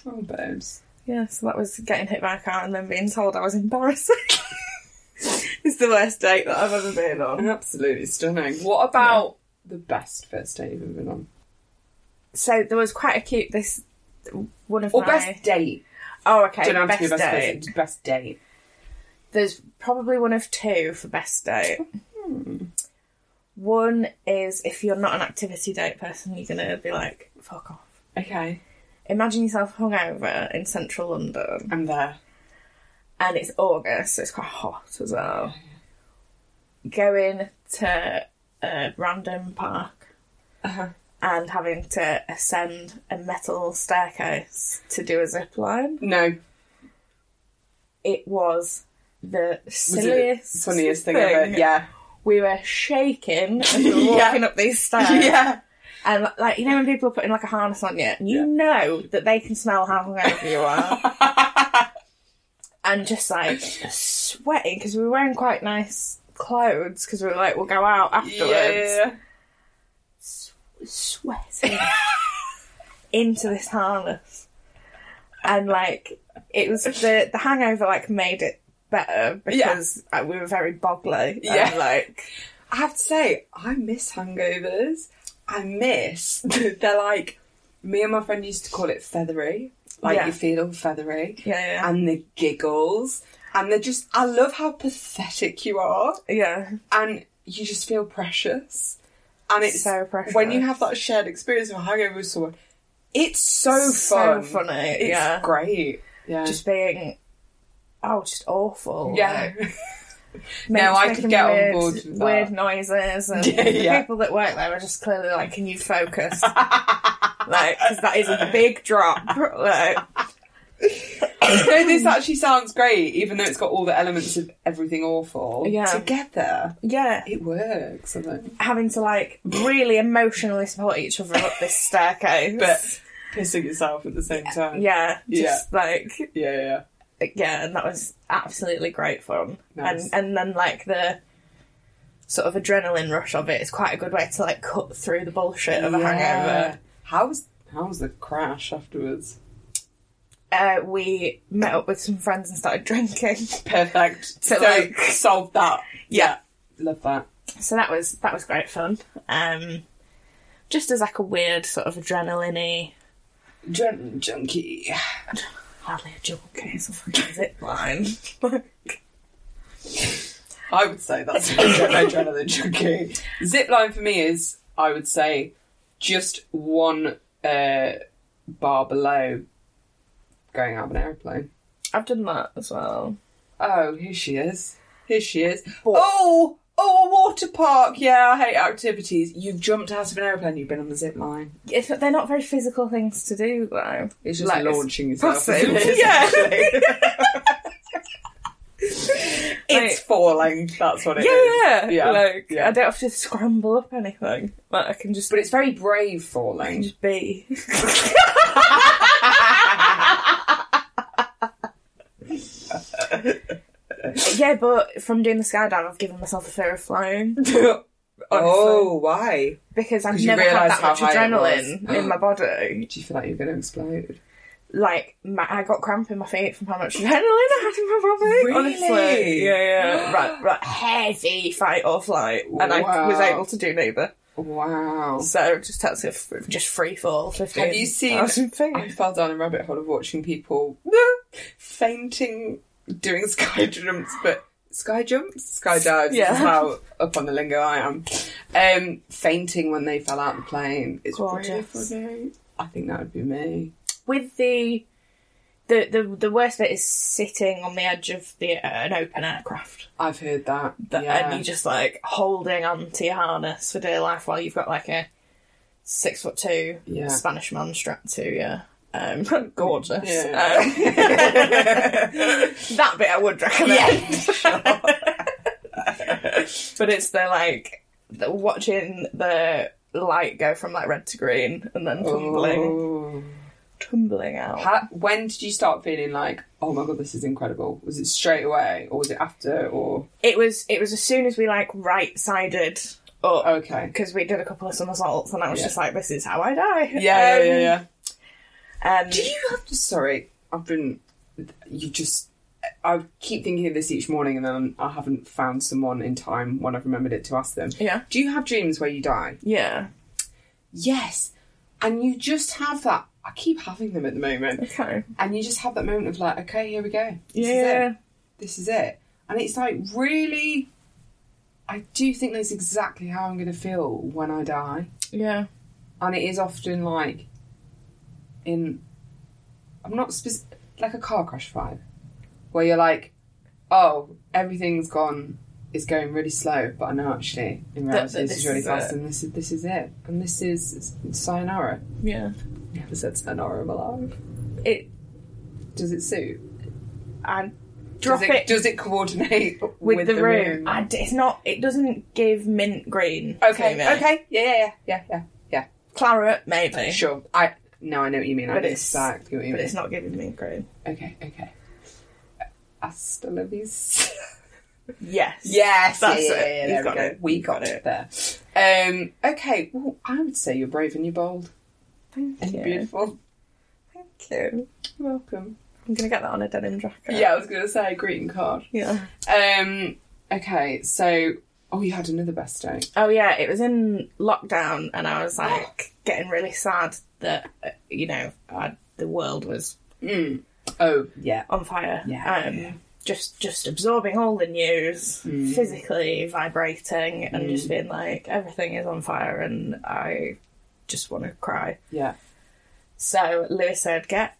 S2: Oh, babes.
S1: Yeah, so that was getting hit by a car and then being told I was embarrassing. it's the worst date that I've ever been on.
S2: Absolutely stunning. What about the best first date you've ever been on?
S1: So there was quite a cute this one of
S2: Or
S1: my
S2: best date?
S1: oh okay
S2: Don't have
S1: best,
S2: to be best
S1: date.
S2: date. Best date.
S1: There's probably one of two for best date. One is if you're not an activity date person, you're gonna be like fuck off.
S2: Okay,
S1: Imagine yourself hungover in central London
S2: I'm there.
S1: and it's August, so it's quite hot as well. Going to a random park
S2: Uh-huh.
S1: and having to ascend a metal staircase to do a zip line.
S2: No,
S1: It was the
S2: was it the
S1: silliest,
S2: funniest thing, ever. Yeah,
S1: We were shaking as we were
S2: Yeah.
S1: walking up these stairs, and like you know when people are putting like a harness on you, and you
S2: Yeah.
S1: know that they can smell how hungover you are, and just like sweating because we were wearing quite nice clothes because we were like we'll go out afterwards.
S2: Yeah.
S1: sweating into this harness, and like it was the the hangover like made it better because uh, we were very boggly.
S2: Yeah.
S1: and, like
S2: I have to say, I miss hangovers. I miss. They're like me and my friend used to call it feathery. Like
S1: Yeah.
S2: you feel all feathery.
S1: Yeah, yeah.
S2: And the giggles. And they're just I love how pathetic you are.
S1: yeah,
S2: And you just feel precious. And it's
S1: So precious.
S2: When you have that shared experience of a hangover with someone, it's so
S1: So
S2: fun.
S1: funny,
S2: It's
S1: yeah.
S2: great. Yeah.
S1: just being oh, just awful.
S2: yeah.
S1: Like, mates
S2: No, I could
S1: making
S2: get on
S1: weird,
S2: board with that.
S1: Weird noises and
S2: Yeah,
S1: the
S2: yeah.
S1: people that work there were just clearly like, "Can you focus?" like, because that is a big drop. Like,
S2: no, this actually sounds great, even though it's got all the elements of everything awful.
S1: Yeah.
S2: Together.
S1: yeah,
S2: It works, I think.
S1: having to like really emotionally support each other up this staircase.
S2: But pissing yourself at the same time.
S1: yeah, just like
S2: Yeah, yeah.
S1: yeah, and that was absolutely great fun.
S2: Nice.
S1: And and then like the sort of adrenaline rush of it is quite a good way to like cut through the bullshit of a hangover.
S2: How was how was the crash afterwards?
S1: Uh, we met up with some friends and started drinking,
S2: Perfect.
S1: So,
S2: So,
S1: like-
S2: solve that.
S1: Yeah.
S2: Love that.
S1: so that was that was great fun. Um, just as like a weird sort of adrenaline-y,
S2: Adrenaline junkie.
S1: hardly a jewel case, a fucking zip line. Like-
S2: I would say that's an adrenaline junkie. Zip line for me is, I would say, just one uh, bar below going out of an aeroplane.
S1: I've done that as well.
S2: Oh, here she is. Here she is. Oh, oh, a water park. Yeah, I hate activities. You've jumped out of an airplane. You've been on the zip line.
S1: It's, they're not very physical things to do, though.
S2: It's just
S1: Like,
S2: launching yourself.
S1: passive.
S2: Yeah. it's falling. That's what it is.
S1: Yeah,
S2: Yeah.
S1: Like
S2: Yeah.
S1: I don't have to scramble up anything. Like I can just,
S2: But it's very brave
S1: I can
S2: falling.
S1: just be. yeah, but from doing the skydive, I've given myself a fear of flying
S2: oh, why?
S1: because I've
S2: 'Cause you
S1: never had
S2: realise
S1: that much
S2: how high it was.
S1: adrenaline in my body.
S2: Do you feel like you're going to explode?
S1: Like my, I got cramp in my feet from how much adrenaline I had in my body. Honestly,
S2: Really?
S1: yeah, yeah, right, right, heavy fight or flight, and I
S2: Wow.
S1: was able to do neither.
S2: Wow.
S1: So just that's a f- just free fall. 15,
S2: Have you seen?
S1: thousand feet.
S2: I fell down a rabbit hole of watching people fainting doing sky jumps, but sky jumps, sky dives.
S1: Yeah.
S2: This is how up on the lingo I am. Um, fainting when they fell out the plane. It's really
S1: Gorgeous.
S2: funny. I think that would be me.
S1: with the the, the the worst bit is sitting on the edge of the uh, an open aircraft
S2: I've heard that.
S1: that,
S2: yeah.
S1: and you just like holding on to your harness for dear life while you've got like a six foot two
S2: Yeah.
S1: Spanish man strapped to you. Um, gorgeous.
S2: Yeah.
S1: Um, that bit I would recommend. but it's the like the, watching the light go from like red to green and then tumbling,
S2: Oh.
S1: tumbling out.
S2: How, when did you start feeling like, oh my god, this is incredible? Was it straight away, or was it after, or
S1: It was it was as soon as we like right sided up
S2: okay?
S1: because we did a couple of somersaults and I was
S2: Yeah.
S1: just like, this is how I die.
S2: Yeah, yeah, yeah, yeah.
S1: Um,
S2: Do you have to? Sorry, I've been. You just. I keep thinking of this each morning, and then I haven't found someone in time when I've remembered it to ask them.
S1: Yeah.
S2: Do you have dreams where you die?
S1: Yeah.
S2: Yes, and you just have that. I keep having them at the moment,
S1: Okay.
S2: and you just have that moment of like, okay, here we go. This
S1: Yeah.
S2: Is it. This is it, and it's like really. I do think that's exactly how I'm going to feel when I die
S1: Yeah.
S2: and it is often like in I'm not specific, like a car crash vibe where you're like oh everything's gone is going really slow but I know actually in reality
S1: that
S2: this
S1: this
S2: is really
S1: is
S2: fast
S1: it.
S2: and this is this is it and this is sayonara
S1: Yeah.
S2: never said sayonara in my life
S1: It
S2: does it suit
S1: I drop
S2: does
S1: it,
S2: does it coordinate
S1: with, the, room. I d- it's not. It doesn't give mint green.
S2: okay
S1: to me.
S2: okay yeah yeah yeah yeah yeah
S1: Claret
S2: yeah
S1: maybe,
S2: sure I no I know what you mean I
S1: But
S2: know
S1: it's-
S2: exactly what you
S1: but
S2: mean
S1: it's not giving mint green.
S2: Okay, okay. Uh, Hasta la vista.
S1: Yes.
S2: Yes,
S1: That's
S2: yeah, yeah,
S1: it.
S2: yeah,
S1: You've
S2: there
S1: got
S2: we go.
S1: it.
S2: We
S1: You've
S2: got
S1: got
S2: it there. Um, okay, well, I would say you're brave and you're bold
S1: Thank
S2: and
S1: you.
S2: you're beautiful.
S1: Thank you.
S2: You're welcome.
S1: I'm gonna get that on a denim jacket.
S2: Yeah, I was going to say greeting card.
S1: Yeah.
S2: Um, okay, so oh, you had another best day.
S1: Oh yeah, it was in lockdown, and I was like getting really sad that uh, you know I, the world was
S2: Mm. Oh, yeah.
S1: on fire.
S2: Yeah,
S1: um,
S2: yeah.
S1: just just absorbing all the news,
S2: Hmm.
S1: physically vibrating, and just being like everything is on fire, and I just want to cry.
S2: Yeah.
S1: So Lewis said, "Get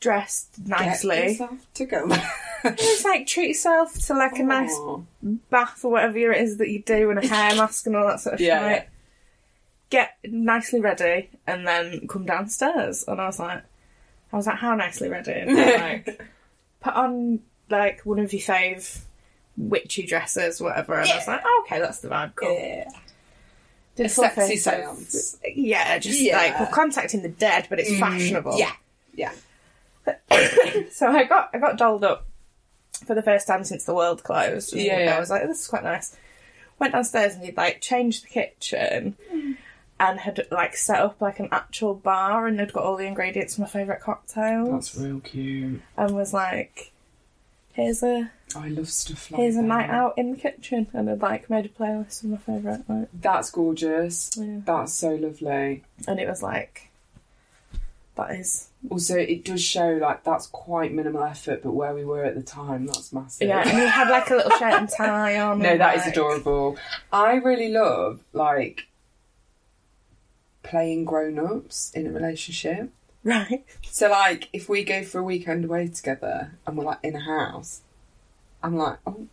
S1: dressed
S2: Get
S1: nicely."
S2: yourself together.
S1: It's like treat yourself to like a nice
S2: Aw.
S1: bath or whatever it is that you do and a hair mask and all that sort of
S2: Yeah,
S1: shit.
S2: yeah.
S1: Get nicely ready and then come downstairs. And I was like, I was like, how nicely ready? And they're like, put on like one of your fave witchy dresses, whatever. And I was like, oh, okay, that's the vibe. Cool.
S2: Yeah.
S1: Did
S2: A
S1: full
S2: sexy
S1: face of-
S2: seance.
S1: Yeah, just
S2: Yeah. Mm.
S1: like we're contacting the dead, but it's fashionable.
S2: Yeah. Yeah.
S1: So I got I got dolled up for the first time since the world closed. And
S2: Yeah, yeah.
S1: I was like, this is quite nice. Went downstairs and he'd like changed the kitchen
S2: Hmm.
S1: and had like set up like an actual bar and had got all the ingredients for my favourite cocktails
S2: That's real cute.
S1: and was like, here's a
S2: I love stuff like
S1: here's
S2: that.
S1: a night out in the kitchen and had like made a playlist of my favourite like
S2: That's gorgeous.
S1: Yeah.
S2: That's so lovely.
S1: and it was like that is.
S2: Also, it does show like that's quite minimal effort, but where we were at the time, that's massive.
S1: Yeah, and he had like a little shirt and tie on.
S2: No,
S1: and,
S2: that is
S1: like-
S2: adorable. I really love like playing grown ups in a relationship.
S1: Right.
S2: So like if we go for a weekend away together and we're like in a house, I'm like, oh,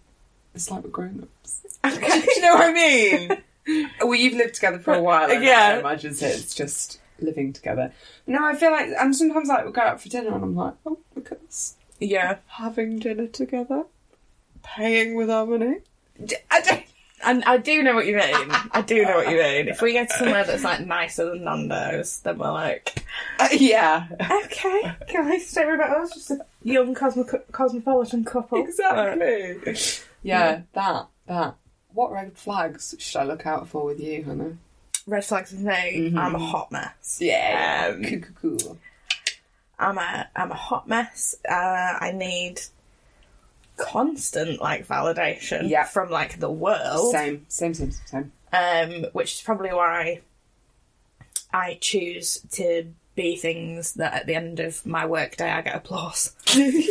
S2: it's like we're grown ups.
S1: Okay.
S2: Do you know what I mean? well, you've lived together for a while. and
S1: Yeah.
S2: I imagine so it's just living together. No, I feel like, and sometimes like we go out for dinner and I'm like, oh, look at us
S1: Yeah.
S2: having dinner together, paying with our money. D- I don't.
S1: And I do know what you mean. I do know what you mean. If we go to somewhere that's like nicer than Nando's, then we're like,
S2: Uh, yeah,
S1: okay, guys, don't worry about us. Just a young cosmo- cosmopolitan couple.
S2: exactly. Yeah, that that. What red flags should I look out for with you, Hannah?
S1: Red flags with me. I'm a hot mess.
S2: Mm-hmm. Yeah,
S1: Um,
S2: cool, cool, cool.
S1: I'm a I'm a hot mess. Uh, I need constant like validation
S2: Yeah.
S1: from like the world.
S2: Same, same, same, same, same.
S1: um, which is probably why I choose to be things that at the end of my workday I get applause. Do you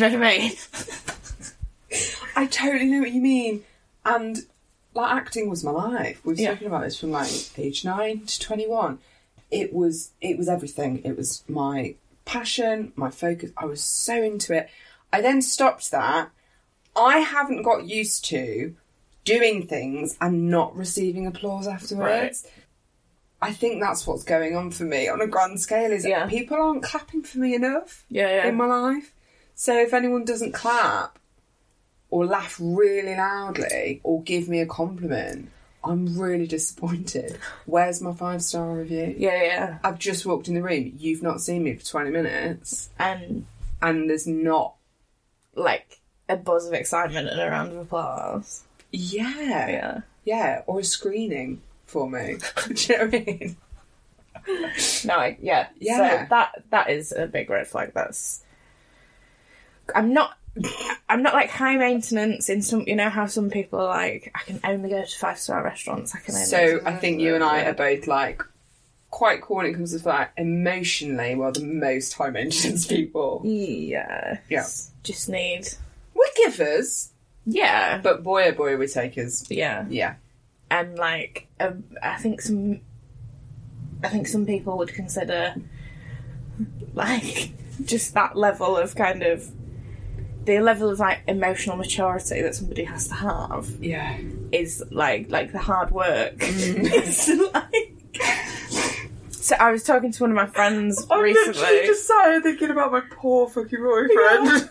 S1: know what I mean?
S2: I totally know what you mean. And like acting was my life. We've
S1: Yeah.
S2: spoken about this from like age nine to twenty one. It was it was everything. It was my passion, my focus. I was so into it. I then stopped that. I haven't got used to doing things and not receiving applause afterwards. I think that's what's going on for me on a grand scale is
S1: Yeah.
S2: people aren't clapping for me enough
S1: Yeah, yeah.
S2: in my life. So if anyone doesn't clap or laugh really loudly or give me a compliment, I'm really disappointed. Where's my five star review?
S1: yeah, yeah.
S2: I've just walked in the room. You've not seen me for 20 minutes,
S1: And
S2: and there's not.
S1: like a buzz of excitement and a round of applause.
S2: Yeah. Yeah.
S1: Yeah.
S2: Or a screening for me. Do you know what I mean?
S1: No, I, yeah.
S2: Yeah.
S1: So that that is a big red flag. That's I'm not I'm not like high maintenance in some you know how some people are like I can only go to five star restaurants. I can only do
S2: So I think you and I are both like quite cool when it comes to like emotionally, we're the most high maintenance people.
S1: Yeah.
S2: Yeah.
S1: Just need.
S2: We're givers,
S1: Yeah.
S2: but boy oh boy, we takers.
S1: Yeah.
S2: Yeah.
S1: And like, um, I think some, I think some people would consider, like, just that level of kind of, the level of like emotional maturity that somebody has to have
S2: Yeah.
S1: is like like the hard work. it's like. So I was talking to one of my friends
S2: Oh,
S1: recently.
S2: started thinking about my poor fucking boyfriend.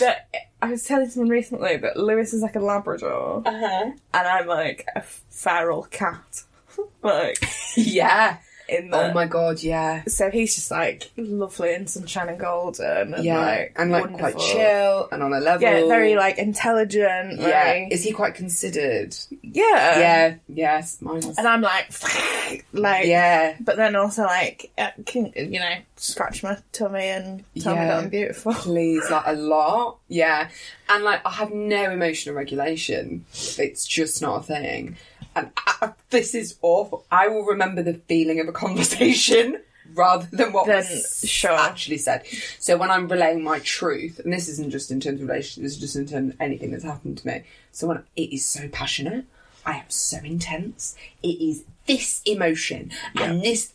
S1: that I was telling someone recently that Lewis is like a Labrador.
S2: Uh-huh.
S1: and I'm like a feral cat. like
S2: Yeah.
S1: in the
S2: Oh my god, yeah.
S1: so he's just like lovely and sunshine and golden and
S2: Yeah.
S1: like
S2: and like
S1: wonderful.
S2: quite chill and on a level.
S1: Yeah, very like intelligent.
S2: Yeah.
S1: like- Uh.
S2: Is he quite considered?
S1: yeah.
S2: yeah. Yes. Mine was.
S1: And I'm like, like,
S2: Yeah.
S1: But then also like, uh, can, you know, scratch my tummy and tell me
S2: Yeah.
S1: that I'm beautiful.
S2: Please, like a lot. Yeah. And like, I have no emotional regulation. It's just not a thing. And I, I- this is awful. I will remember the feeling of a conversation rather than what
S1: Then
S2: was
S1: sure.
S2: actually said. So when I'm relaying my truth, and this isn't just in terms of relation, this is just in terms of anything that's happened to me. So when it is so passionate, I am so intense. It is this emotion and this,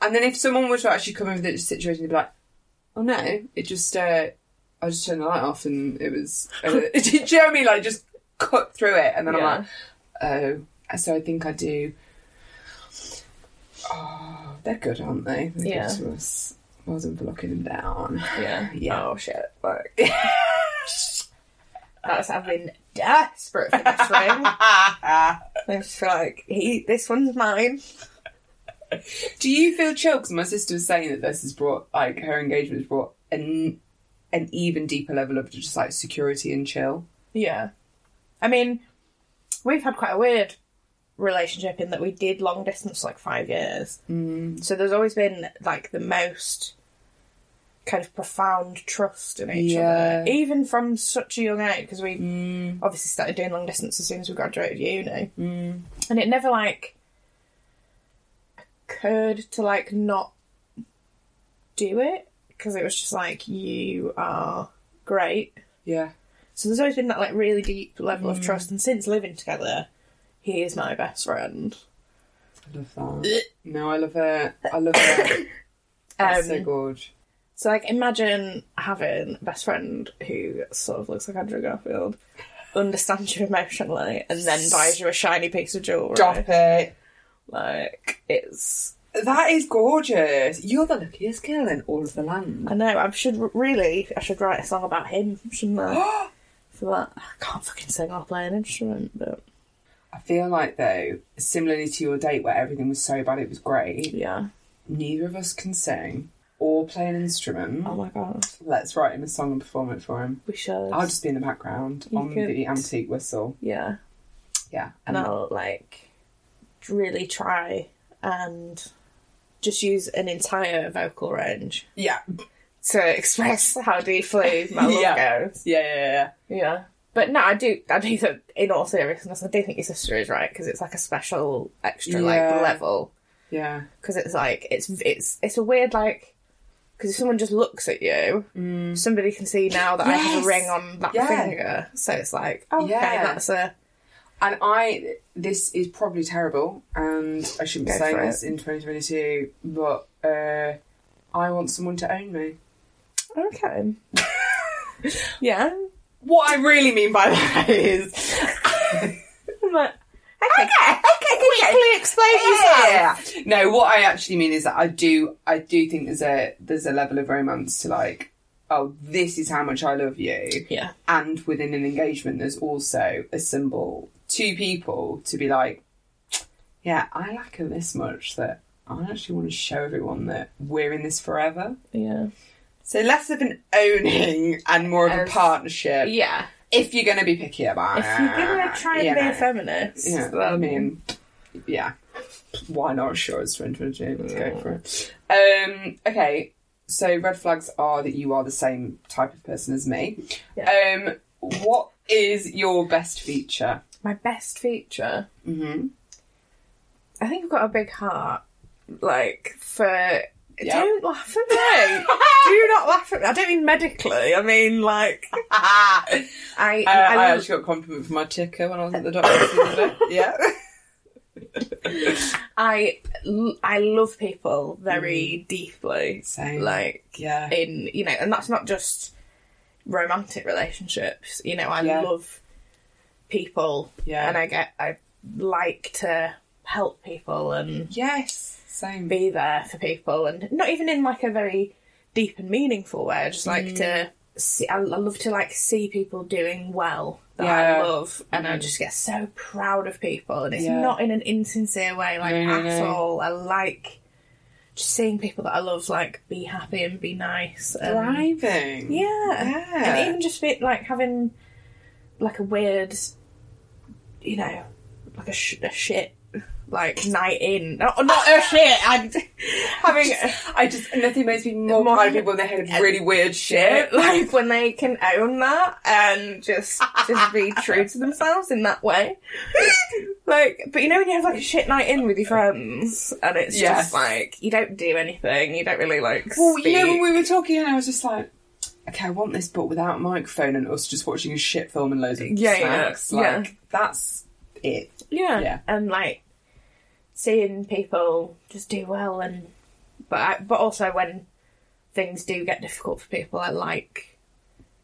S2: and then if someone were to actually come over the situation, they'd be like, "Oh no, it just uh, I just turned the light off and it was." Uh, do you know what I mean? Like just cut through it, and then
S1: Yeah.
S2: I'm like, "Oh, so I think I do." Oh, they're good, aren't they? They're
S1: Yeah.
S2: Good to us. Well done for locking them down.
S1: Yeah.
S2: Yeah.
S1: Oh shit. Like. That's I've been desperate for this ring. I just feel like he this one's mine.
S2: Do you feel chill? Because my sister was saying that this has brought, like, her engagement has brought an an even deeper level of just like security and chill.
S1: Yeah. I mean, we've had quite a weird relationship in that we did long distance like five years. Mm. So there's always been like the most kind of profound trust in each
S2: Yeah.
S1: other, even from such a young age, because we obviously started doing long distance as soon as we graduated uni. Mm. And it never like occurred to like not do it because it was just like you are great.
S2: Yeah.
S1: So there's always been that like really deep level of trust, and since living together, he is my best friend.
S2: I love that. no, I love it. I love it. That's so
S1: Um,
S2: good.
S1: So like imagine having a best friend who sort of looks like Andrew Garfield, understands you emotionally, and then buys you a shiny piece of jewellery.
S2: Stop it.
S1: Like it's
S2: That is gorgeous. You're the luckiest girl in all of the land.
S1: I know I should really I should write a song about him, shouldn't I? For that I can't fucking sing or play an instrument, but
S2: I feel like though, similarly to your date where everything was so bad it was great,
S1: yeah.
S2: neither of us can sing or play an instrument.
S1: Oh my god,
S2: Let's write him a song and perform it for him.
S1: we should.
S2: I'll just be in the background
S1: You
S2: on
S1: could.
S2: the antique whistle.
S1: yeah,
S2: Yeah.
S1: and I'll like really try and just use an entire vocal range
S2: Yeah.
S1: to express how deeply my love
S2: Yeah.
S1: goes.
S2: Yeah, yeah, yeah.
S1: Yeah. But no, I do. I do think, in all seriousness, I do think your sister is right because it's like a special, extra
S2: Yeah.
S1: like level
S2: Yeah.
S1: because it's like it's it's it's a weird like because if someone just looks at you, somebody can see now that I have
S2: Yes.
S1: a ring on that
S2: Yeah.
S1: finger, so it's like okay,
S2: Yeah.
S1: that's a
S2: And I, this is probably terrible, and I shouldn't be
S1: Go
S2: saying
S1: for
S2: this in 2022, but uh, I want someone to own me.
S1: okay. yeah,
S2: What I really mean by that is,
S1: I'm like, okay, okay, quickly explain yourself.
S2: yeah. No, what I actually mean is that I do, I do think there's a there's a level of romance to like, oh, this is how much I love you.
S1: Yeah,
S2: and within an engagement there's also a symbol to people to be like yeah i like her this much that i actually want to show everyone that we're in this forever
S1: yeah,
S2: so less of an owning and more of a
S1: As-
S2: partnership
S1: yeah.
S2: if you're going to be picky about
S1: If
S2: it
S1: you're gonna try and
S2: you
S1: be
S2: know.
S1: a feminist,
S2: Ah,
S1: um,
S2: yeah i mean yeah why not sure it's 2022 let's go for it um okay so red flags are that you are the same type of person as me um what is your best feature
S1: my best feature.
S2: mm-hmm.
S1: I think I've got a big heart. Like for
S2: Yep.
S1: don't laugh at me. Do not laugh at me. I don't mean medically. I mean like
S2: I,
S1: I.
S2: Uh, I,
S1: I, love-
S2: actually got a compliment for my ticker when I was at the doctor's the other day. Yeah.
S1: I l- I love people very
S2: Mm.
S1: deeply.
S2: Same.
S1: Like
S2: Yeah.
S1: in you know, and that's not just romantic relationships. You know, I
S2: Yeah.
S1: love people.
S2: Yeah.
S1: And I get I like to help people and
S2: Yes. Same.
S1: be there for people and not even in like a very deep and meaningful way. I just like
S2: Mm.
S1: to see, I, I love to like see people doing well that
S2: Yeah. Mm-hmm.
S1: I love and I just get so proud of people and it's
S2: Yeah.
S1: not in an insincere way like
S2: No, no,
S1: at
S2: no.
S1: all. I like just seeing people that I love like be happy and be nice and
S2: Thriving.
S1: um, yeah.
S2: Yeah.
S1: And even just be, like having like a weird, you know, like a, sh- a shit like night in. No, not a shit. I'm having a
S2: I just nothing makes me more,
S1: More-
S2: proud of people when they had really weird shit.
S1: shit. Like when they can own that and just just be true to themselves in that way. Like, but you know when you have like a shit night in with your friends, and it's
S2: Yes.
S1: just like you don't do anything, you don't really like.
S2: Well, you know, when
S1: speak.
S2: we were talking, and I was just like, okay, I want this, but without a microphone and us just watching a shit film and loads of
S1: Yeah, yeah,
S2: snacks.
S1: yeah.
S2: like, that's it.
S1: Yeah.
S2: Yeah.
S1: And like seeing people just do well and but I, but also when things do get difficult for people I like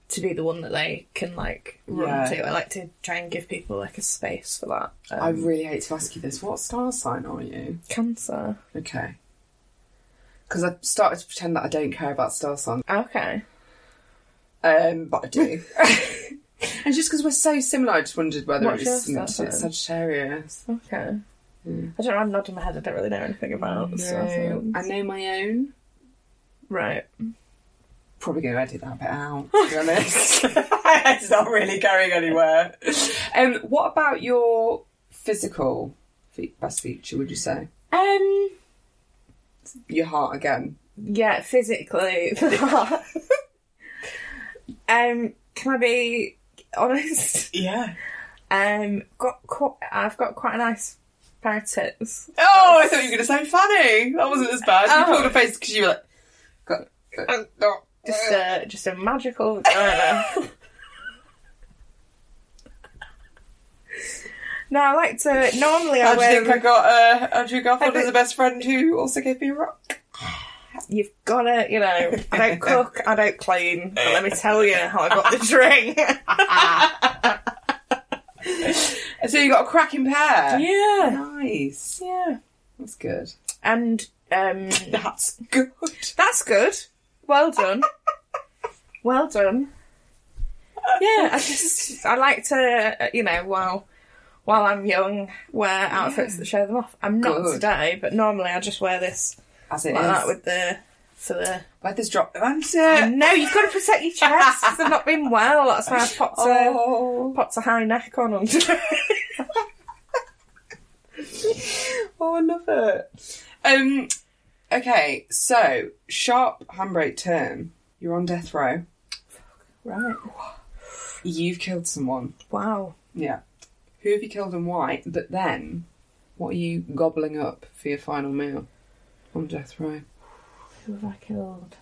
S1: to be the one that they can like run
S2: Yeah.
S1: to. I like to try and give people like a space for that. Um,
S2: I really hate to ask you this. What star sign are you?
S1: cancer.
S2: Okay. Because I started to pretend that I don't care about star signs,
S1: Okay.
S2: um, but I do. and just because we're so similar, I just wondered whether
S1: What's
S2: it was
S1: your
S2: something
S1: star
S2: to do with Sagittarius.
S1: Okay. I don't know, I'm nodding my head, I don't really know anything about so I
S2: Hmm. No,
S1: think-
S2: I know my own.
S1: Right.
S2: Probably going to edit that bit out. To be honest, it's not really going anywhere. Um, what about your physical fe- best feature? Would you say
S1: Um
S2: your heart again?
S1: yeah, physically. um can I be honest?
S2: Yeah.
S1: Um, got quite, I've got quite a nice pair of tits.
S2: Oh, I thought you were going to say funny. That wasn't as bad. You
S1: Oh.
S2: pulled a face because you were like, uh, Got- uh,
S1: Just a, just a magical vagina. no, I like to. Normally, I
S2: How'd you
S1: wear.
S2: think I got uh, Andrew Garfield
S1: I
S2: as a
S1: think-
S2: best friend who also gave me a rock?
S1: You've got to, you know. I don't cook, I don't clean. But let me tell you how I got the drink.
S2: So you got a cracking pair.
S1: yeah.
S2: Nice.
S1: Yeah.
S2: That's good.
S1: And um,
S2: That's good.
S1: that's good. Well done. well done. Yeah, I just I like to uh, you know while while I'm young wear outfits that show them off. I'm not
S2: Good.
S1: today, but normally I just wear this
S2: As it is.
S1: like that with the for the.
S2: Weather's dropped. And,
S1: I
S2: uh,
S1: know you've got to protect your chest 'cause I've not been well. That's why I popped a
S2: oh,
S1: popped a high neck on under.
S2: oh, I love it. Um, okay, so sharp handbrake turn. You're on death row.
S1: right.
S2: You've killed someone.
S1: Wow.
S2: Yeah. Who have you killed and why? But then, what are you gobbling up for your final meal on death row?
S1: Who have I killed?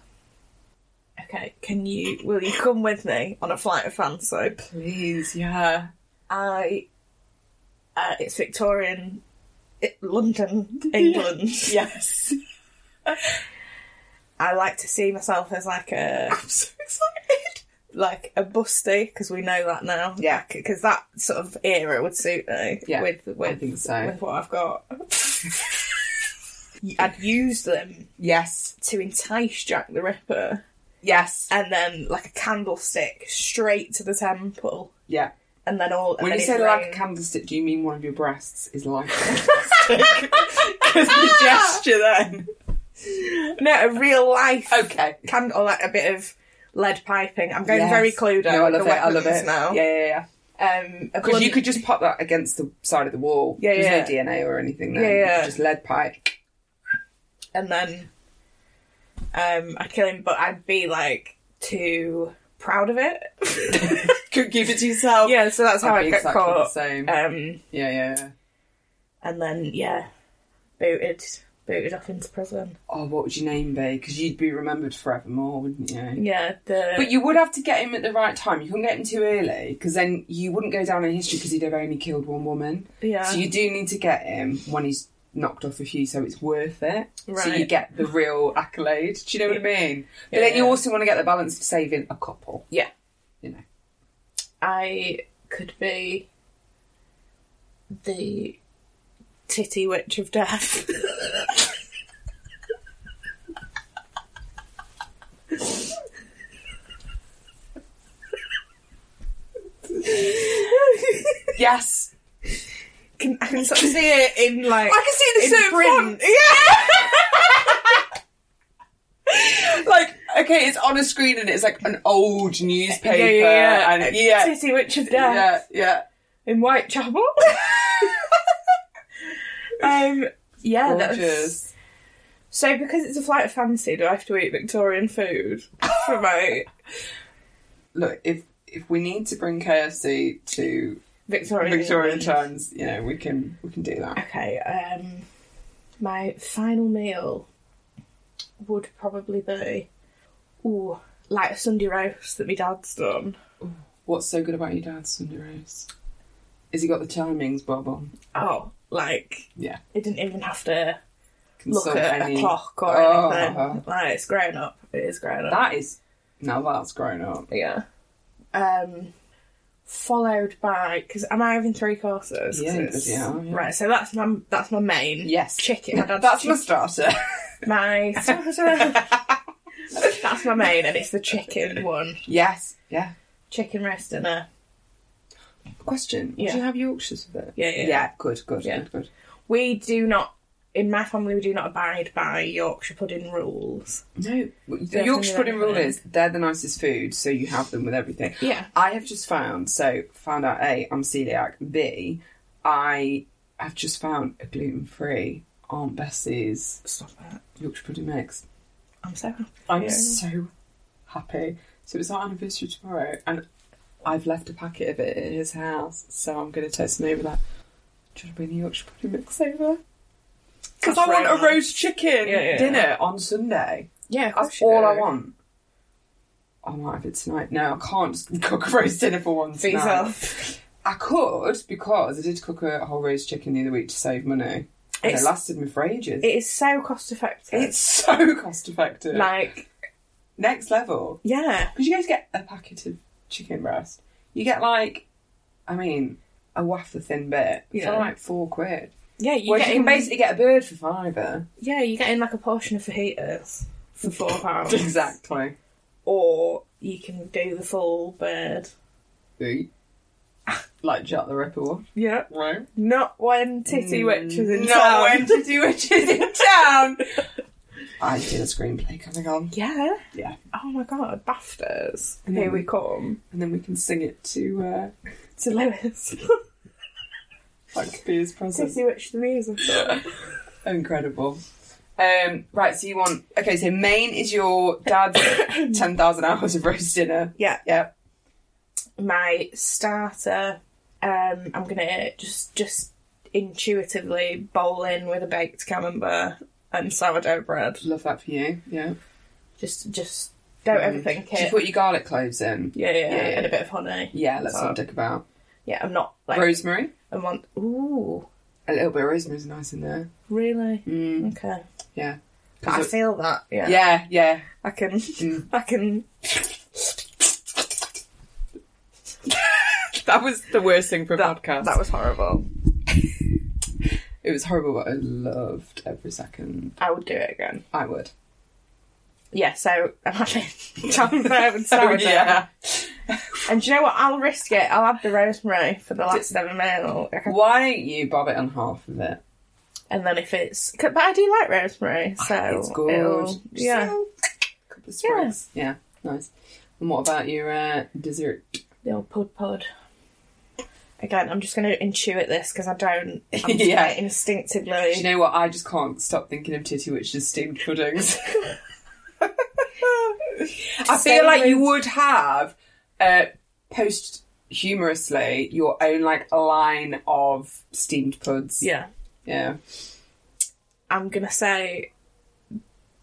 S1: Okay, can you will you come with me on a flight of fancy?
S2: Please, yeah.
S1: I. Uh, it's Victorian, it, London, England.
S2: Yes.
S1: I like to see myself as like a
S2: I'm so excited.
S1: like a busty because we know that now.
S2: Yeah.
S1: because that sort of era would suit me.
S2: Yeah,
S1: with with,
S2: I think so.
S1: with what I've got. I'd use them
S2: Yes.
S1: to entice Jack the Ripper,
S2: Yes.
S1: and then like a candlestick straight to the temple,
S2: Yeah.
S1: and then all. and
S2: When
S1: then
S2: you
S1: his
S2: say like a
S1: reign-
S2: candlestick, do you mean one of your breasts is like a candlestick? Because the gesture then.
S1: no, a real life
S2: Okay.
S1: candle, or like a bit of lead piping. I'm going
S2: Yes.
S1: very clued up.
S2: No, I
S1: with
S2: love
S1: the
S2: it. I love
S1: weapons
S2: it.
S1: now.
S2: Yeah, yeah, yeah.
S1: Um, a
S2: Because you
S1: blunt-
S2: could just pop that against the side of the wall.
S1: Yeah,
S2: There's
S1: yeah.
S2: no DNA or anything there.
S1: Yeah, yeah.
S2: It's Just lead pipe.
S1: and then um, I'd kill him, but I'd be like too proud of it.
S2: Could keep it to yourself.
S1: yeah, so that's how
S2: I'd
S1: I
S2: be
S1: get
S2: exactly the
S1: caught.
S2: same.
S1: Um,
S2: Yeah, yeah, yeah.
S1: and then yeah, booted, booted off into prison.
S2: Oh, what would your name be? Because you'd be remembered forevermore, wouldn't you?
S1: Yeah, the
S2: But you would have to get him at the right time. You couldn't get him too early because then you wouldn't go down in history because he'd have only killed one woman.
S1: yeah,
S2: So you do need to get him when he's knocked off a few, so it's worth it. So you
S1: Right.
S2: get the real accolade. Do you know what I mean? But
S1: Yeah,
S2: then you
S1: yeah.
S2: also want to get the balance of saving a couple.
S1: yeah.
S2: You know.
S1: I could be the titty witch of death.
S2: Yes,
S1: can, I can sort of see it in like
S2: I can see the certain
S1: print.
S2: font. Yeah. like okay, it's on a screen and it's like an old newspaper.
S1: Yeah, yeah, yeah.
S2: And yeah,
S1: Titty witch of death.
S2: yeah, yeah.
S1: in Whitechapel. um, yeah, that's,
S2: Gorgeous.
S1: so because it's a flight of fancy, do I have to eat Victorian food for my
S2: Look, if if we need to bring KFC to
S1: Victorian
S2: Victorian
S1: England?
S2: times, you know, we can we can do that.
S1: Okay, um, my final meal would probably be ooh like a Sunday roast that my dad's done.
S2: What's so good about your dad's Sunday roast? Is he got the timings, Bob? On
S1: Oh, like
S2: yeah.
S1: it didn't even have to look
S2: Consult
S1: at
S2: any-
S1: a clock or
S2: Oh,
S1: anything. Like it's grown up. It is grown up.
S2: That is now that's grown up.
S1: Yeah. Um, followed by because am I having three courses? 'Cause
S2: Yeah,
S1: it's-
S2: yeah, yeah.
S1: Right, so that's my that's my main.
S2: Yes.
S1: chicken. My dad's
S2: That's my
S1: chick-
S2: starter.
S1: my that's my main, and it's the chicken one.
S2: yes. Yeah.
S1: Chicken roast dinner.
S2: Question.
S1: Yeah.
S2: Would you have Yorkshires with it?
S1: Yeah, yeah.
S2: good, good,
S1: Yeah.
S2: good, good.
S1: We do not. In my family, we do not abide by Yorkshire pudding rules.
S2: No, the
S1: Definitely
S2: Yorkshire pudding rule
S1: everything.
S2: is they're the nicest food, so you have them with everything.
S1: Yeah.
S2: I have just found, so found out A, I'm celiac. B, I have just found a gluten free Aunt Bessie's
S1: Stop that!
S2: Yorkshire pudding mix.
S1: I'm so happy.
S2: I'm so happy. So it's our anniversary tomorrow, and I've left a packet of it at his house, so I'm going to text him over that. Do you want to bring the Yorkshire pudding mix over? Because
S1: That's
S2: I want a
S1: romance.
S2: roast chicken
S1: Yeah, yeah,
S2: dinner on Sunday.
S1: Yeah, of
S2: That's
S1: course you
S2: all I
S1: do.
S2: want. I might have it tonight. No, I can't just cook a roast dinner for once.
S1: For
S2: tonight.
S1: yourself.
S2: I could because I did cook a whole roast chicken the other week to save money. And it
S1: It's-
S2: lasted me for ages.
S1: It is so cost effective.
S2: it's so cost effective.
S1: like,
S2: Next level.
S1: yeah.
S2: Because you guys get a packet of chicken breast. You get like, I mean, a wafer thin bit
S1: Yeah.
S2: for like four quid.
S1: Yeah, you
S2: Whereas
S1: get
S2: you can
S1: in,
S2: basically get a bird for fiver.
S1: yeah, you get in like a portion of fajitas for four pounds.
S2: Exactly.
S1: Or you can do the full bird.
S2: Like Jack the Ripper one.
S1: Yeah.
S2: Right. Mm.
S1: Not when Titty Witch is in
S2: No,
S1: town.
S2: when to do witches in town. I did a screenplay coming on.
S1: Yeah.
S2: Yeah.
S1: Oh my god, BAFTAs.
S2: Mm.
S1: Here we come.
S2: And then we can sing it to uh,
S1: To Lewis.
S2: That could be his present.
S1: Titty Witch the musical.
S2: Incredible. Um, right, so you want okay? So Maine is your dad's ten thousand hours of roast dinner.
S1: Yeah.
S2: Yep.
S1: my starter. Um, I'm gonna just just intuitively bowl in with a baked camembert and sourdough bread.
S2: Love that for you. Yeah.
S1: Just just don't overthink
S2: Should you
S1: it.
S2: put your garlic cloves in?
S1: Mm. yeah, yeah,
S2: Yeah, yeah.
S1: and a bit of honey.
S2: Yeah. Let's
S1: Oh.
S2: not dick about.
S1: Yeah, I'm not like
S2: rosemary.
S1: I want. Ooh,
S2: A little bit of rosemary's nice in there.
S1: really?
S2: Mm.
S1: Okay,
S2: Yeah.
S1: but I feel that. Yeah,
S2: yeah. Yeah.
S1: I can. I can.
S2: That was the worst thing for a
S1: That,
S2: podcast.
S1: that was horrible.
S2: It was horrible, but I loved every second.
S1: I would do it again.
S2: I would.
S1: Yeah, so I'm having camembert and sourdough.
S2: yeah.
S1: And do you know what? I'll risk it. I'll add the rosemary for the last ever meal. Like, I
S2: Why don't you bob it on half of it?
S1: And then if it's, but I do like rosemary, so
S2: Ah, it's good.
S1: it'll-
S2: Just a
S1: yeah,
S2: little couple of sprigs. Yeah. nice. And what about your uh, dessert?
S1: the old pod pod. Again, I'm just going to intuit this because I don't. I'm just
S2: Yeah.
S1: gonna
S2: Do you
S1: instinctively.
S2: know what? I just can't stop thinking of Titty Witch's steamed puddings. I feel like you would have uh, posthumously your own like line of steamed puds.
S1: Yeah,
S2: Yeah.
S1: I'm going to say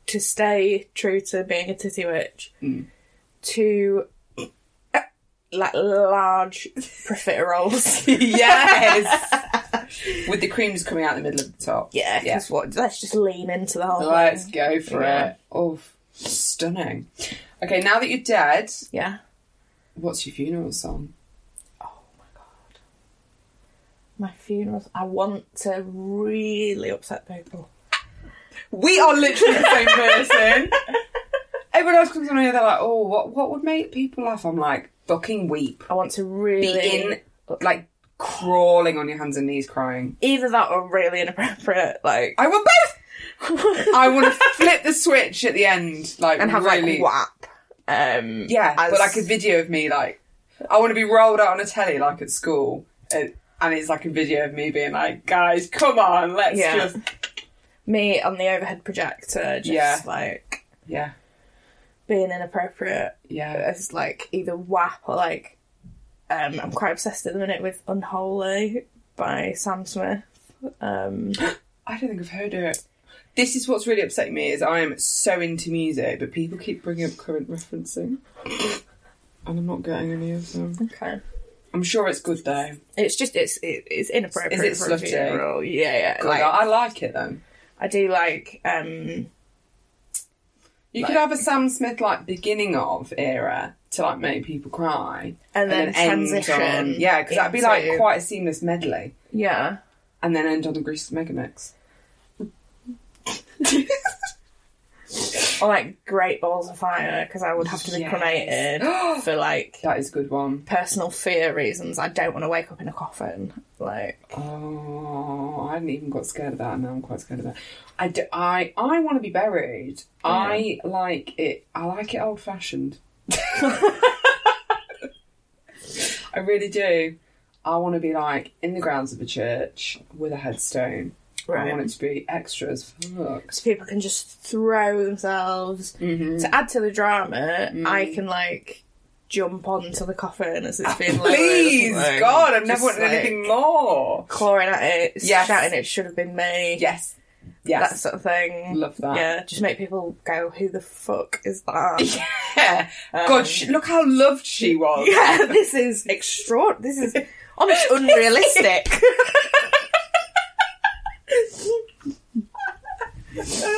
S1: to stay true to being a titty witch,
S2: Mm.
S1: to uh, like large profiteroles.
S2: yes. With the creams coming out the middle of the top.
S1: yeah, 'cause what? Let's just lean into the whole.
S2: Let's
S1: thing.
S2: go for
S1: Yeah.
S2: it. Oh, stunning. Okay, now that you're dead,
S1: Yeah. Oh
S2: what's your funeral song?
S1: My funerals. I want to really upset people.
S2: We are literally the same person. Everyone else comes on here, they're like, oh, what, what would make people laugh? I'm like, fucking weep.
S1: I want to
S2: Be
S1: really
S2: in, like, crawling on your hands and knees crying.
S1: either that or really inappropriate, like
S2: I want both! I want to flip the switch at the end. Like,
S1: and have
S2: really.
S1: like whap. Um,
S2: Yeah,
S1: as-
S2: but like a video of me, like, I want to be rolled out on a telly, like at school, and, and it's like a video of me being like, guys, come on, let's
S1: Yeah.
S2: just.
S1: me on the overhead projector, just
S2: Yeah.
S1: like
S2: Yeah,
S1: being inappropriate
S2: yeah.
S1: as like either whap or like. Um, I'm quite obsessed at the minute with Unholy by Sam Smith. Um,
S2: I don't think I've heard it. This is what's really upsetting me is I am so into music, but people keep bringing up current referencing, and I'm not getting any of them.
S1: okay,
S2: I'm sure it's good though.
S1: it's just it's it, it's inappropriate.
S2: Is it
S1: for a
S2: slutty?
S1: funeral. Yeah, yeah.
S2: Like,
S1: Like,
S2: I like it though.
S1: I do like um,
S2: You could have a Sam Smith like beginning of era to like make people cry,
S1: and then,
S2: end
S1: transition.
S2: on- yeah, because that'd be like
S1: into-
S2: quite a seamless medley.
S1: Yeah.
S2: and then end on the Grease Megamix.
S1: Or like Great Balls of Fire, because I would have to be
S2: Yes.
S1: cremated for like
S2: That is a good one.
S1: personal fear reasons. I don't want to wake up in a coffin. Like,
S2: Oh, I hadn't even got scared of that, and now I'm quite scared of that. I, d- I, I want to be buried. I like it. I like it old fashioned. I really do. I want to be like in the grounds of a church with a headstone. I
S1: Right.
S2: want it to be extra as fuck.
S1: so people can just throw themselves.
S2: Mhm.
S1: To add to the drama, I
S2: Mm-hmm.
S1: can like jump onto the coffin as it's being lowered.
S2: Ah, Please,
S1: like,
S2: God, I've never
S1: just,
S2: wanted
S1: like,
S2: anything more.
S1: Clawing at it,
S2: Yes.
S1: shouting it should have been me.
S2: Yes.
S1: that
S2: Yes.
S1: sort of thing.
S2: Love that.
S1: Yeah, just make people go, "Who the fuck is that?"
S2: yeah.
S1: Um,
S2: God, sh look how loved she was.
S1: Oh, yeah, this is extraordinary. This is almost unrealistic.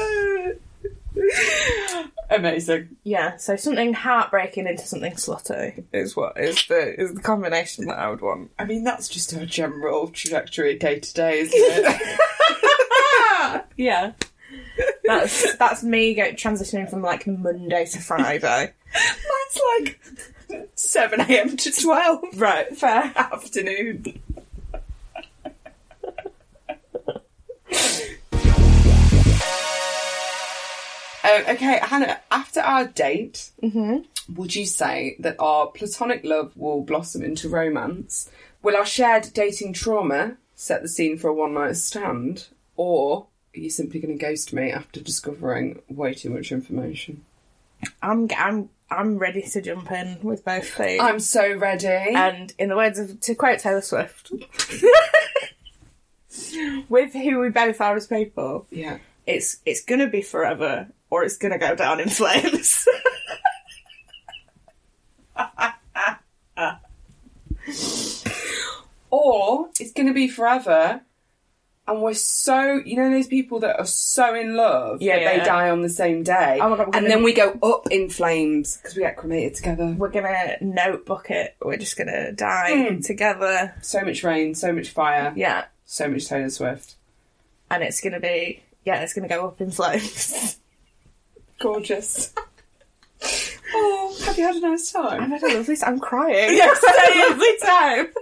S2: Amazing.
S1: yeah, so something heartbreaking into something slutty is what is the is the combination that I would want.
S2: I mean, that's just her general trajectory day to day, isn't it?
S1: Ah! Yeah. That's that's me go, transitioning from like Monday to Friday.
S2: Mine's like 7 a.m. to 12
S1: right, fair.
S2: afternoon. um, okay, Hannah, after our date, would you say that our platonic love will blossom into romance? Will our shared dating trauma set the scene for a one night stand? Or are you simply going to ghost me after discovering way too much information?
S1: I'm I'm I'm ready to jump in with both feet.
S2: I'm so ready.
S1: and in the words of to quote Taylor Swift, with who we both are as people,
S2: yeah.
S1: it's it's gonna be forever or it's gonna go down in flames.
S2: or it's going to be forever. And we're so, you know, those people that are so in love
S1: Yeah,
S2: that they
S1: yeah.
S2: die on the same day,
S1: Oh my God, we're
S2: and
S1: gonna-
S2: then we go up in flames because we get cremated together.
S1: We're gonna notebook it. We're just gonna die together.
S2: So much rain, so much fire,
S1: Yeah,
S2: so much Taylor Swift.
S1: and it's gonna be yeah, it's gonna go up in flames.
S2: Gorgeous. oh, have you had a nice
S1: I've
S2: time?
S1: had a lovely. I'm crying.
S2: Yes, I had a lovely time.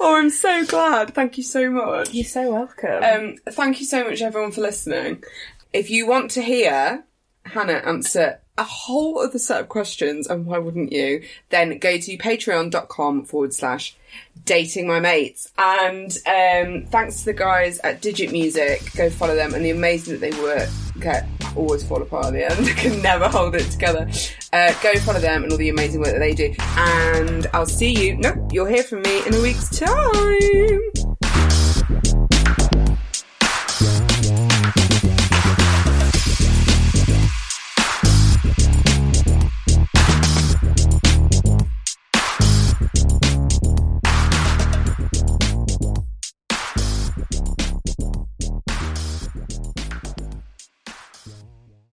S2: Oh, I'm so glad. Thank you so much.
S1: You're so welcome.
S2: Um, thank you so much, everyone, for listening. If you want to hear Hannah answer a whole other set of questions, and why wouldn't you, then go to patreon.com forward slash dating my mates. And um, thanks to the guys at Digit Music. Go follow them and the amazing that they work. Get always fall apart at the end. Can never hold it together. Uh, go follow them and all the amazing work that they do. And I'll see you. No, you'll hear from me in a week's time.